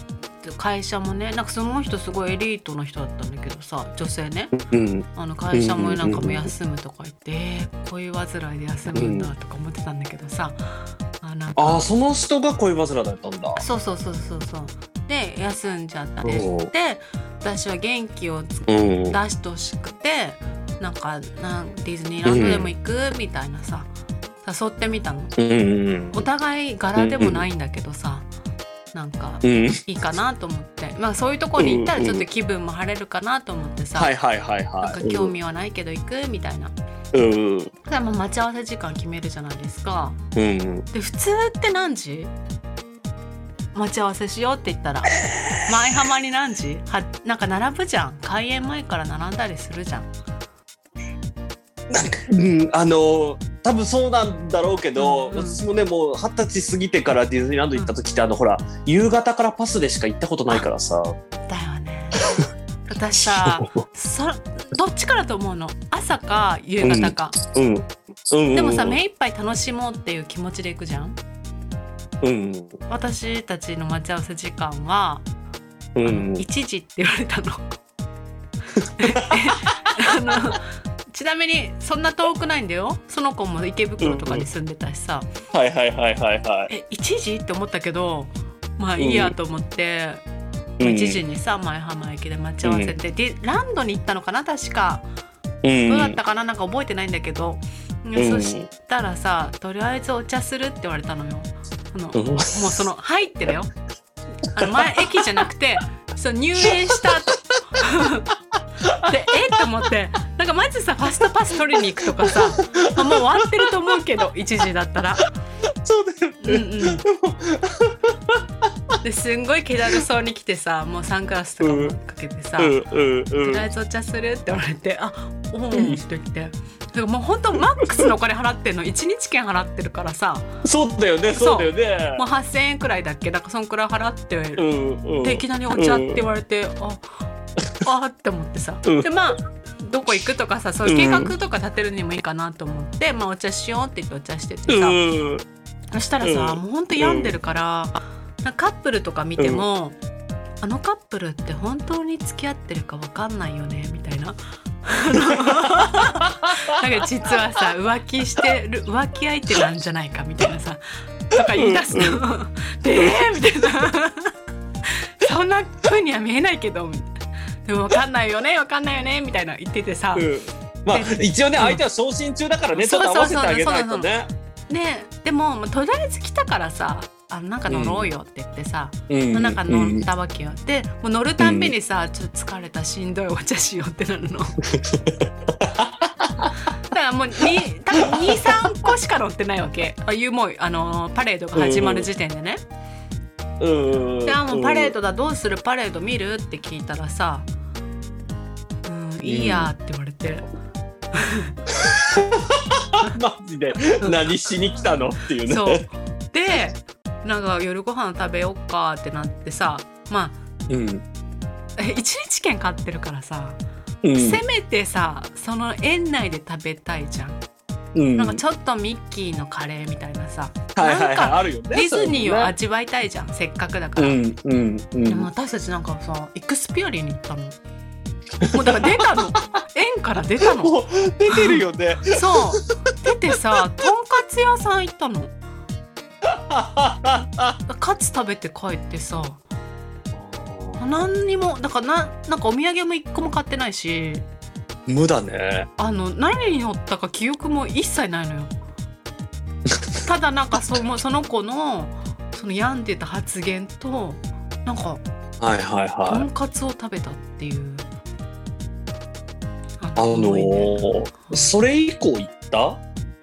Speaker 2: 会社もねなんかその人すごいエリートの人だったんだけどさ女性ね
Speaker 1: うん
Speaker 2: あの会社もなんか
Speaker 1: うんうんうん
Speaker 2: も
Speaker 1: う
Speaker 2: うん休むとか言って、えーこういう煩いで休むんだとか思ってたんだけどさ、あなんか
Speaker 1: ああその人が恋煩いだったんだ
Speaker 2: そうそうそうそうそうで休んじゃったり
Speaker 1: お
Speaker 2: し
Speaker 1: う
Speaker 2: て私は元気をつ
Speaker 1: うん
Speaker 2: 出してほしくてなんかなんディズニーランドでも行くみたいなさ誘ってみたの。
Speaker 1: うんうん
Speaker 2: お互い柄でもないんだけどさ、なんか
Speaker 1: うん
Speaker 2: いいかなと思って、まあ、そういうとこに行ったらちょっと気分も晴れるかなと思ってさ、
Speaker 1: はいはいはいはい
Speaker 2: なんか興味はないけど行くみたいな。だ
Speaker 1: うんうん
Speaker 2: からまあ待ち合わせ時間決めるじゃないですか。
Speaker 1: うん
Speaker 2: で普通って何時待ち合わせしようって言っ
Speaker 1: [LAUGHS]
Speaker 2: たら舞浜に何時はなんか並ぶじゃん開園前から並んだりするじゃん。
Speaker 1: うん、あの多分そうなんだろうけど、
Speaker 2: うんうん
Speaker 1: 私もねもう二十歳過ぎてからディズニーランド行った時って、あのほら夕方からパスでしか行ったことないからさ
Speaker 2: だよ
Speaker 1: [LAUGHS]
Speaker 2: ね。私さそどっちからと思うの朝か夕方か。
Speaker 1: うん、うん、
Speaker 2: でもさ目いっぱい楽しもうっていう気持ちで行くじゃん
Speaker 1: うん
Speaker 2: 私たちの待ち合わせ時間は
Speaker 1: うんう
Speaker 2: 1時って言われたのあのちなみにそんな遠くないんだよその子も池袋とかに住んでたしさ
Speaker 1: はいはいはいはいは
Speaker 2: え1時って思ったけどまあいいやと思って、
Speaker 1: い
Speaker 2: 1時にさ前浜駅で待ち合わせて、でランドに行ったのかな確か
Speaker 1: うん
Speaker 2: どうだったかななんか覚えてないんだけど、
Speaker 1: ん
Speaker 2: そしたらさ「とりあえずお茶する」って言われたのよ。あの
Speaker 1: うん
Speaker 2: もうその「はい」ってだよ。あの前駅じゃなくてそう入園した後 [LAUGHS] でえっと思ってなんかまずさファストパス取りに行くとかさあもう終わってると思うけど1時だったら。
Speaker 1: そうだよね、
Speaker 2: うんうん、ですんごい気だるそうに来てさもうサングラスとかもかけてさ、
Speaker 1: うんうん
Speaker 2: と
Speaker 1: うん
Speaker 2: りあえずお茶するって言われて「あおお」って言って。だからもう本当マックスのお金払ってんの1日券払ってるからさ
Speaker 1: そうだよねそうだよね
Speaker 2: もう8,000円くらいだっけだからそんくらい払って、
Speaker 1: うんうん
Speaker 2: でいきなり「お茶」って言われて、ああって思ってさ、
Speaker 1: うん
Speaker 2: でまあどこ行くとかさそういう計画とか立てるにもいいかなと思って、まあお茶しようって言ってお茶しててさ、
Speaker 1: うん
Speaker 2: そしたらさ、
Speaker 1: うん
Speaker 2: もうほんと病んでるから、なんかカップルとか見ても、あのカップルって本当に付き合ってるかわかんないよねみた
Speaker 1: [LAUGHS]
Speaker 2: いな。なんか実はさ浮気してる浮気相手なんじゃないかみたいなさとか言い出すの「 [LAUGHS] でえーみたいな「そんな風には見えないけど」みたいな「でもわかんないよねわかんないよね」みたいな言っててさ、
Speaker 1: うんまあ一応ね
Speaker 2: うん
Speaker 1: 相手は昇進中だからねち
Speaker 2: そ
Speaker 1: ょ
Speaker 2: う
Speaker 1: っと合わせてあげないとね
Speaker 2: ねでも、まあとりあえず来たからさあのなんか乗ろうよって言ってさ、
Speaker 1: うん
Speaker 2: の中乗ったわけよ、でもう乗るたんびにさ、ちょっと疲れたしんどいお茶しようってな
Speaker 1: [LAUGHS]
Speaker 2: るのだからもうに多分23個しか乗ってないわけあいうもうあのーパレードが始まる時点でね、
Speaker 1: うんうんうん
Speaker 2: であもうパレードだどうするパレード見るって聞いたらさ「うんいいや」って言われて、
Speaker 1: マジで何しに来たのっていうね
Speaker 2: そうでなんか夜ご飯食べよっかってなってさまあ
Speaker 1: うん
Speaker 2: え一日券買ってるからさ
Speaker 1: うん
Speaker 2: せめてさその園内で食べたいじゃん、
Speaker 1: うん
Speaker 2: なんかちょっとミッキーのカレーみたいなさ
Speaker 1: はいはいは
Speaker 2: ないんか
Speaker 1: あるよね
Speaker 2: ディズニ
Speaker 1: そうい
Speaker 2: ーを
Speaker 1: うのね
Speaker 2: 味わいたいじゃんせっかくだから、
Speaker 1: うんうんう
Speaker 2: でも
Speaker 1: ん
Speaker 2: 私たちなんかさエクスピアリに行ったのもうだから出
Speaker 1: [LAUGHS]
Speaker 2: たの園から出たの
Speaker 1: もう出てるよ
Speaker 2: [LAUGHS]
Speaker 1: ね
Speaker 2: そう出てさとんかつ屋さん行ったのカツ食べて帰ってさ何にもだからななんかお土産も一個も買ってないし
Speaker 1: 無だね
Speaker 2: あの何に乗ったか記憶も一切
Speaker 1: [LAUGHS]
Speaker 2: ないのよただなんかそのその子のその病んでた発言となんか
Speaker 1: はいはい
Speaker 2: と
Speaker 1: はい
Speaker 2: んかつを食べたっていうあ
Speaker 1: あの
Speaker 2: 思い出
Speaker 1: ーそれ以降行った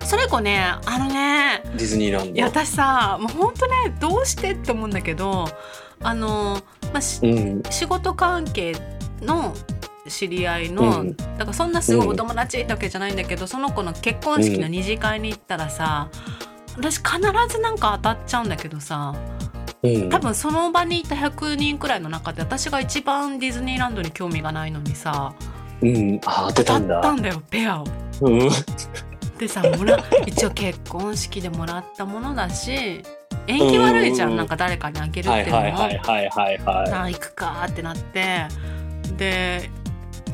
Speaker 2: それ以降ねあのね
Speaker 1: ディズニーラン
Speaker 2: いや
Speaker 1: ド
Speaker 2: 私さもうほんとねどうしてって思うんだけどあのまあ、し
Speaker 1: うん
Speaker 2: 仕事関係の知り合いうの、
Speaker 1: ん
Speaker 2: だからそんなすごいお友達ってわけじゃないんだけど、その子の結婚式の二次会に行ったらさ、私必ずなんか当たっちゃうんだけどさ
Speaker 1: うん
Speaker 2: 多分その場にいた100人くらいの中で私が一番ディズニーランドに興味がないのにさ
Speaker 1: うんあ当てたん
Speaker 2: 当た
Speaker 1: だ
Speaker 2: ったんだよペアを。
Speaker 1: うん
Speaker 2: でさ
Speaker 1: [LAUGHS]
Speaker 2: もら一応結婚式でもらったものだし縁起悪いじゃ
Speaker 1: うんうんうんん
Speaker 2: なんか誰かにあげるっ
Speaker 1: は
Speaker 2: てい
Speaker 1: いう
Speaker 2: のも。
Speaker 1: はいはいはいはいは
Speaker 2: あ行くかーってなってで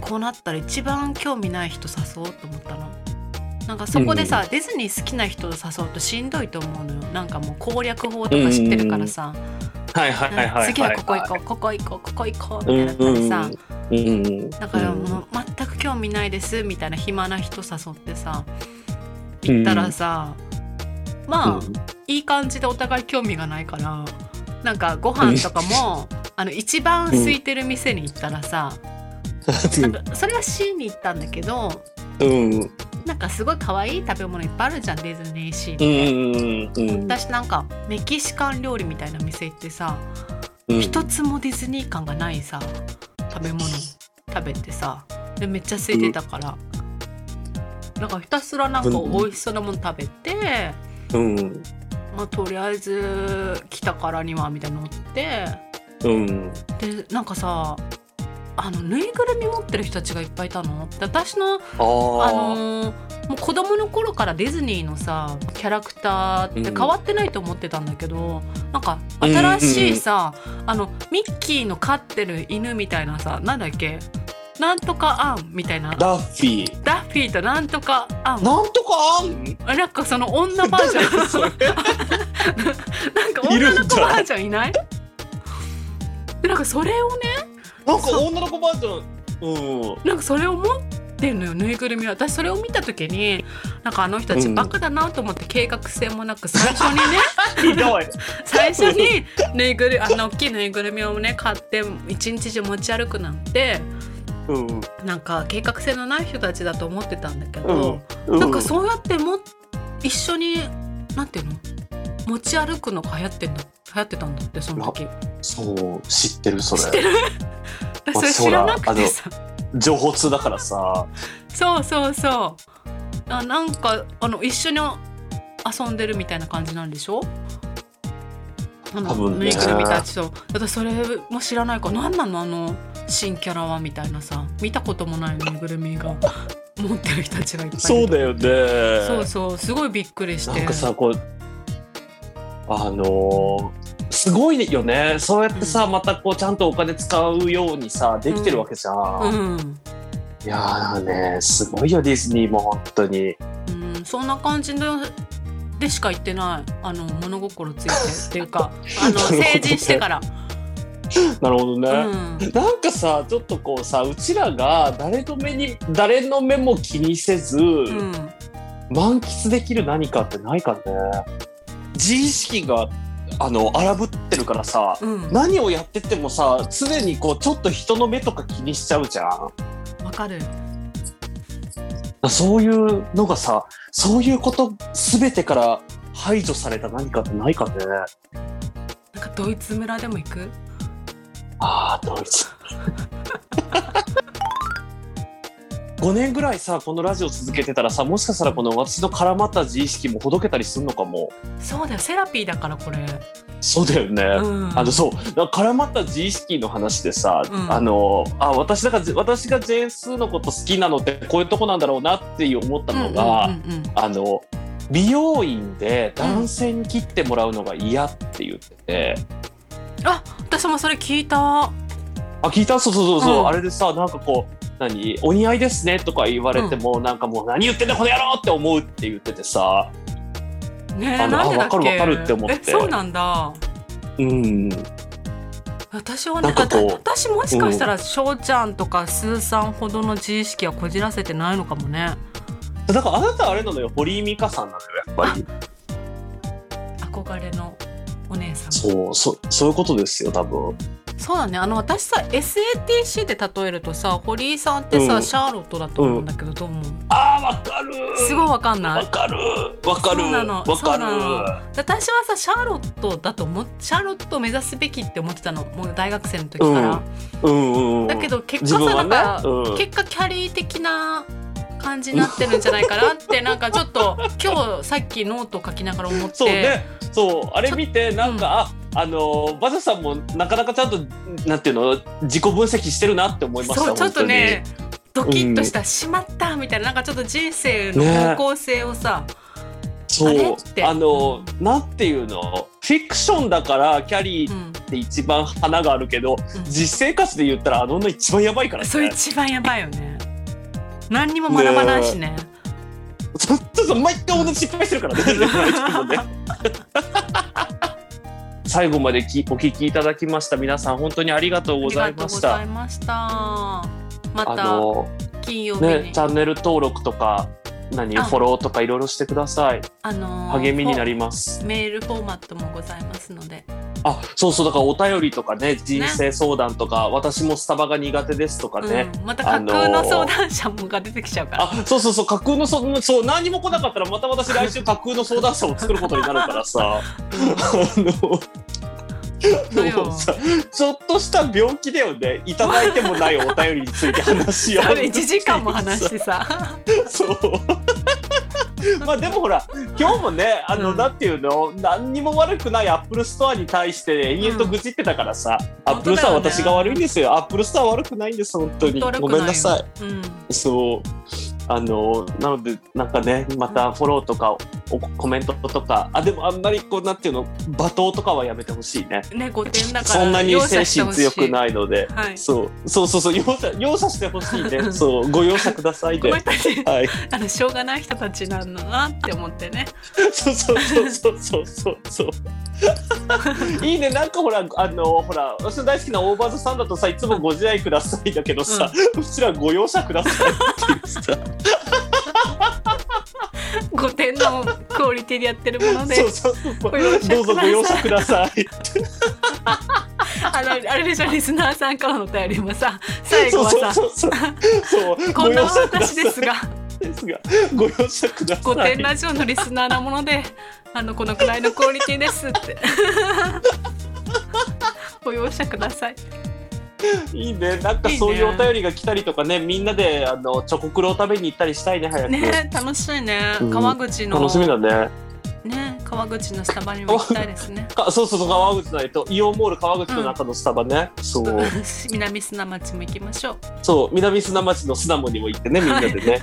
Speaker 2: こうなったら一番興味ない人誘おうと思ったのなんかそこでさ、ディズニー好きな人を誘うとしんどいと思うのよなんかもう攻略法とか知ってるからさ、
Speaker 1: いはいはいはい
Speaker 2: なんか
Speaker 1: はい
Speaker 2: 次はここ行こうここ行こうここ行こうみたいな
Speaker 1: う
Speaker 2: 感じで
Speaker 1: ん
Speaker 2: さ、
Speaker 1: うんうん
Speaker 2: だから
Speaker 1: うん
Speaker 2: もう全く興味ないですみたいな暇な人誘ってさ行ったらさ、まあ、いい感じでお互い興味がないからなんかご飯とかも、あの一番空いてる店に行ったらさ、なんかそれは C に行ったんだけど
Speaker 1: うんうん
Speaker 2: なんかすごい可愛い食べ物いっぱいあるじゃんディズニーシーっ
Speaker 1: う
Speaker 2: て、
Speaker 1: んうんうん
Speaker 2: 私なんかメキシカン料理みたいな店行ってさ
Speaker 1: うん
Speaker 2: 一つもディズニー感がないさ食べ物食べてさでめっちゃ空いてたから、なんかひたすらなんか美味しそうなもの食べて、
Speaker 1: うん
Speaker 2: まあ、とりあえず来たからにはみたいなの乗って
Speaker 1: うん
Speaker 2: でなんかさあのぬいぐるみ持ってる人たちがいっぱいいたので私の
Speaker 1: あ
Speaker 2: あ
Speaker 1: あ
Speaker 2: のーもう子供の頃からディズニーのさキャラクターって変わってないと思ってたんだけど、なんか新しいさ、あのミッキーの飼ってる犬みたいなさなんだっけなんとかアンみたいなダ
Speaker 1: ダッフィー
Speaker 2: ッフィーとなんとかアン
Speaker 1: なんとかあん
Speaker 2: あなんかその女バージョン
Speaker 1: それ
Speaker 2: [LAUGHS] なんか
Speaker 1: いる
Speaker 2: 女
Speaker 1: んだ
Speaker 2: の子バージョンいないでなんかそれをね
Speaker 1: なんか女の子バージョンうん
Speaker 2: なんかそれを持っってんのよぬいぐるみは私それを見た時になんかあの人たちバカだなと思って計画性もなく最初に
Speaker 1: [LAUGHS] ひ
Speaker 2: ね
Speaker 1: どい。
Speaker 2: 最初にぬいぐるあの大きいぬいぐるみをね買って一日中持ち歩くなんて
Speaker 1: うん。
Speaker 2: なんか計画性のない人たちだと思ってたんだけ
Speaker 1: う
Speaker 2: ど、
Speaker 1: ん。
Speaker 2: なんかそうやっても一緒になんていうの持ち歩くのが流行ってんだ流行ってたんだってその時
Speaker 1: そう、知ってる、それ。
Speaker 2: 知ってる [LAUGHS] それ知らなくてさ
Speaker 1: 情報通だからさ。
Speaker 2: そうそうそうあなんかあの一緒に遊んでるみたいな感じなんでしょあ
Speaker 1: 多
Speaker 2: の
Speaker 1: 分ね
Speaker 2: ぬいぐるみたちとだからそれも知らないから何なのあの新キャラはみたいなさ見たこともないぬいぐるみが [LAUGHS] 持ってる人たちがいっぱいいる
Speaker 1: そうだよね。
Speaker 2: そうそうすごいびっくりして
Speaker 1: なんかさ、こう、あのーすごいよね。そうやってさ、またこう、ちゃんとお金使うようにさ、できてるわけじゃん。
Speaker 2: うん
Speaker 1: いやーね、すごいよ、ディズニーも本当に。
Speaker 2: うん、そんな感じのでしか言ってないあの物心ついてっていうか
Speaker 1: [LAUGHS]
Speaker 2: あの成人してから、
Speaker 1: なるほど
Speaker 2: う
Speaker 1: ね。
Speaker 2: ん、
Speaker 1: なんかさ、ちょっとこうさ、うちらが誰の目に、誰の目も気にせず、
Speaker 2: うん、
Speaker 1: 満喫できる何かってないかね。自意識が、あの、荒ぶってるからさ、
Speaker 2: うん、
Speaker 1: 何をやっててもさ、常にこう、ちょっと人の目とか気にしちゃうじゃん。
Speaker 2: わかる
Speaker 1: そういうのがさ、そういうこと全てから排除された何かってないかね。
Speaker 2: なんかドイツ村でも行く
Speaker 1: ああ、ドイ [LAUGHS] ツ。5年ぐらいさ、このラジオ続けてたらさ、もしかしたらこの私の絡まった自意識もほどけたりするのかも。
Speaker 2: そうだよセラピーだからこれ、う
Speaker 1: そうだよね。
Speaker 2: ん、
Speaker 1: あのそうだから絡まった自意識の話でさ、
Speaker 2: うん
Speaker 1: あのあ私だから私がジェーンスーのこと好きなのってこういうとこなんだろうなっていう思ったのが、
Speaker 2: うんうんうんうん
Speaker 1: あの美容院で男性に切ってもらうのが嫌って言ってて、
Speaker 2: あ私もそれ聞いた
Speaker 1: あ聞いたそうそうそうそう、
Speaker 2: うん
Speaker 1: あれでさなんかこう何お似合いですねとか言われても、なんかもう何言ってんだこの野郎って思うって言っててさ
Speaker 2: ね
Speaker 1: あ
Speaker 2: え
Speaker 1: の
Speaker 2: なんで
Speaker 1: あ
Speaker 2: だっけ
Speaker 1: わかるわかるって思って
Speaker 2: えそうなんだ
Speaker 1: うん
Speaker 2: 私は
Speaker 1: なん
Speaker 2: ね
Speaker 1: かこう
Speaker 2: あた私もしかしたら翔ちゃんとかスーさんほどの自意識はこじらせてないのかもね
Speaker 1: だからあなたあれなのよ堀井美香さんなのよやっぱり
Speaker 2: 憧れのお姉さん
Speaker 1: そうそそういうことですよ多分
Speaker 2: そうだねあの私さ SATC で例えるとさ堀井さんってさ、
Speaker 1: うん
Speaker 2: シャーロットだと思うんだけどどう思う
Speaker 1: あーわかる
Speaker 2: すごいわかんな
Speaker 1: わ
Speaker 2: い
Speaker 1: かるわかる
Speaker 2: そうなの
Speaker 1: わ
Speaker 2: そう
Speaker 1: か
Speaker 2: なの
Speaker 1: る
Speaker 2: 私はさシャーロットだと思っシャーロットを目指すべきって思ってたのもう大学生の時から、
Speaker 1: うんうんうん
Speaker 2: だけど結
Speaker 1: 自
Speaker 2: 果
Speaker 1: 分
Speaker 2: さ、
Speaker 1: は
Speaker 2: なんか、
Speaker 1: ねうん
Speaker 2: 結果キャリー的な感じになってるんじゃないかなってなんかちょっと今日さっきノート書きながら思って
Speaker 1: そうね、そうあれ見てなんか、ああのーバジャさんもなかなかちゃんとなんていうの自己分析してるなって思いました
Speaker 2: そうちょっとねド
Speaker 1: 当に
Speaker 2: キッとした、しまったみたいななんかちょっと人生の
Speaker 1: ね
Speaker 2: 方向性をさ、
Speaker 1: 本当
Speaker 2: あ
Speaker 1: に
Speaker 2: れ
Speaker 1: そ
Speaker 2: っ
Speaker 1: う
Speaker 2: て
Speaker 1: あのーなんていうのフィクションだからキャリ
Speaker 2: う
Speaker 1: ーっ
Speaker 2: ん、
Speaker 1: て一番花があるけど、
Speaker 2: うん
Speaker 1: 実生活で言ったらあの女一番やばいからね
Speaker 2: それ一番やばいよね何にも学ばないしね
Speaker 1: ちょっと毎回同じ失敗してるからね恋愛も
Speaker 2: [LAUGHS]
Speaker 1: ね。最後まできお聞きいただきました皆さん本当にありがとう
Speaker 2: あ
Speaker 1: ご
Speaker 2: り
Speaker 1: ざ
Speaker 2: が
Speaker 1: い
Speaker 2: とう
Speaker 1: ま
Speaker 2: ご
Speaker 1: し
Speaker 2: ざ
Speaker 1: た。
Speaker 2: いましたま
Speaker 1: あ
Speaker 2: た
Speaker 1: の
Speaker 2: 金曜日に、
Speaker 1: ねチャンネル登録とか何
Speaker 2: あ
Speaker 1: フォローとかいろいろしてください。
Speaker 2: あのー
Speaker 1: 励みになります。
Speaker 2: メールフォーマットもございますので
Speaker 1: あそうそうだからお便りとかね人生相談とか、私もスタバが苦手ですとかね。
Speaker 2: うん、また架空
Speaker 1: あ
Speaker 2: の
Speaker 1: のー
Speaker 2: 相談者もが出てきちゃうから、
Speaker 1: あそうそうそう架空のそそう何にも来なかったらまた私来週架空の相談者を作ることになるからさ。あ
Speaker 2: [LAUGHS]
Speaker 1: の
Speaker 2: そうよ
Speaker 1: もうさちょっとした病気だよねいただいてもないお便りについて話し合う
Speaker 2: 1時間も話してさ
Speaker 1: そう [LAUGHS] まあでもほら今日もねあの、
Speaker 2: うん
Speaker 1: なんていうの何にも悪くないアップルストアに対して延々と愚痴ってたからさ、アップルストア
Speaker 2: 本当だよ
Speaker 1: 私
Speaker 2: ね
Speaker 1: が悪いんですよアップルストア悪くないんです本当に
Speaker 2: 本当悪く
Speaker 1: ご
Speaker 2: ないよ
Speaker 1: めんなさい
Speaker 2: うん
Speaker 1: そうあのなのでなんかねまたフォローとかおコメントとかあでもあんまりこうなんていうの罵倒とかはやめてほしいね
Speaker 2: ね5点だから
Speaker 1: そんなに精神強く
Speaker 2: い
Speaker 1: ないので
Speaker 2: はい
Speaker 1: そうそうそうそう容赦容赦してほしい
Speaker 2: [LAUGHS]
Speaker 1: ねそうご容赦ください
Speaker 2: こ
Speaker 1: で
Speaker 2: の人たち
Speaker 1: はい
Speaker 2: あのしょうがない人たちなんだなって思ってね
Speaker 1: そうそうそうそうそうそうそう。いいね、なんかほら、あの、ほら、私の大好きなオーバーズさんだとさ、いつもご自愛くださいだけどさ、うちらご容赦くださいって言ってさ。
Speaker 2: 5点のクオリティでやってるもので
Speaker 1: そうそうそうそう。
Speaker 2: ご容赦く
Speaker 1: ど
Speaker 2: ださい
Speaker 1: うぞご容赦ください。
Speaker 2: あのあれでしょリスナーさんからのお便りもさ最後
Speaker 1: そう
Speaker 2: は
Speaker 1: そう
Speaker 2: さ
Speaker 1: そうそう。そう、
Speaker 2: こ
Speaker 1: ご
Speaker 2: んな
Speaker 1: 容赦くだ
Speaker 2: 私
Speaker 1: さい
Speaker 2: で。すが
Speaker 1: ですが、ご容赦ください。
Speaker 2: 5点ラジオのリスナーなもの [LAUGHS] であのこのくらいのクオリティですって [LAUGHS] ご容赦ください
Speaker 1: いいね、なんかそういう
Speaker 2: いい
Speaker 1: お
Speaker 2: ね
Speaker 1: 便りが来たりとかね、みんなで、あの、チョコクロを食べに行ったりしたいね、早く。
Speaker 2: ね楽しいね
Speaker 1: うん
Speaker 2: 川口の
Speaker 1: 楽しみだね。
Speaker 2: ね川口のスタバにも行きたいですね
Speaker 1: かそうそうそう川口のえっとイオンモール川口の中のスタバね、そう
Speaker 2: [LAUGHS] 南砂町も行きましょう
Speaker 1: そう南砂町のスナモにも行ってねみんなでね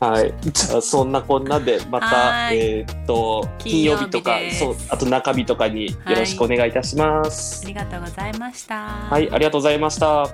Speaker 1: はい、じゃあそんなこんなでま
Speaker 2: は
Speaker 1: た
Speaker 2: ーい
Speaker 1: えーっと金曜日とか
Speaker 2: 金曜日です
Speaker 1: そうあと中日とかによろしくお願いいたしま
Speaker 2: あ
Speaker 1: す
Speaker 2: りがとうございました
Speaker 1: はい、ありがとうございました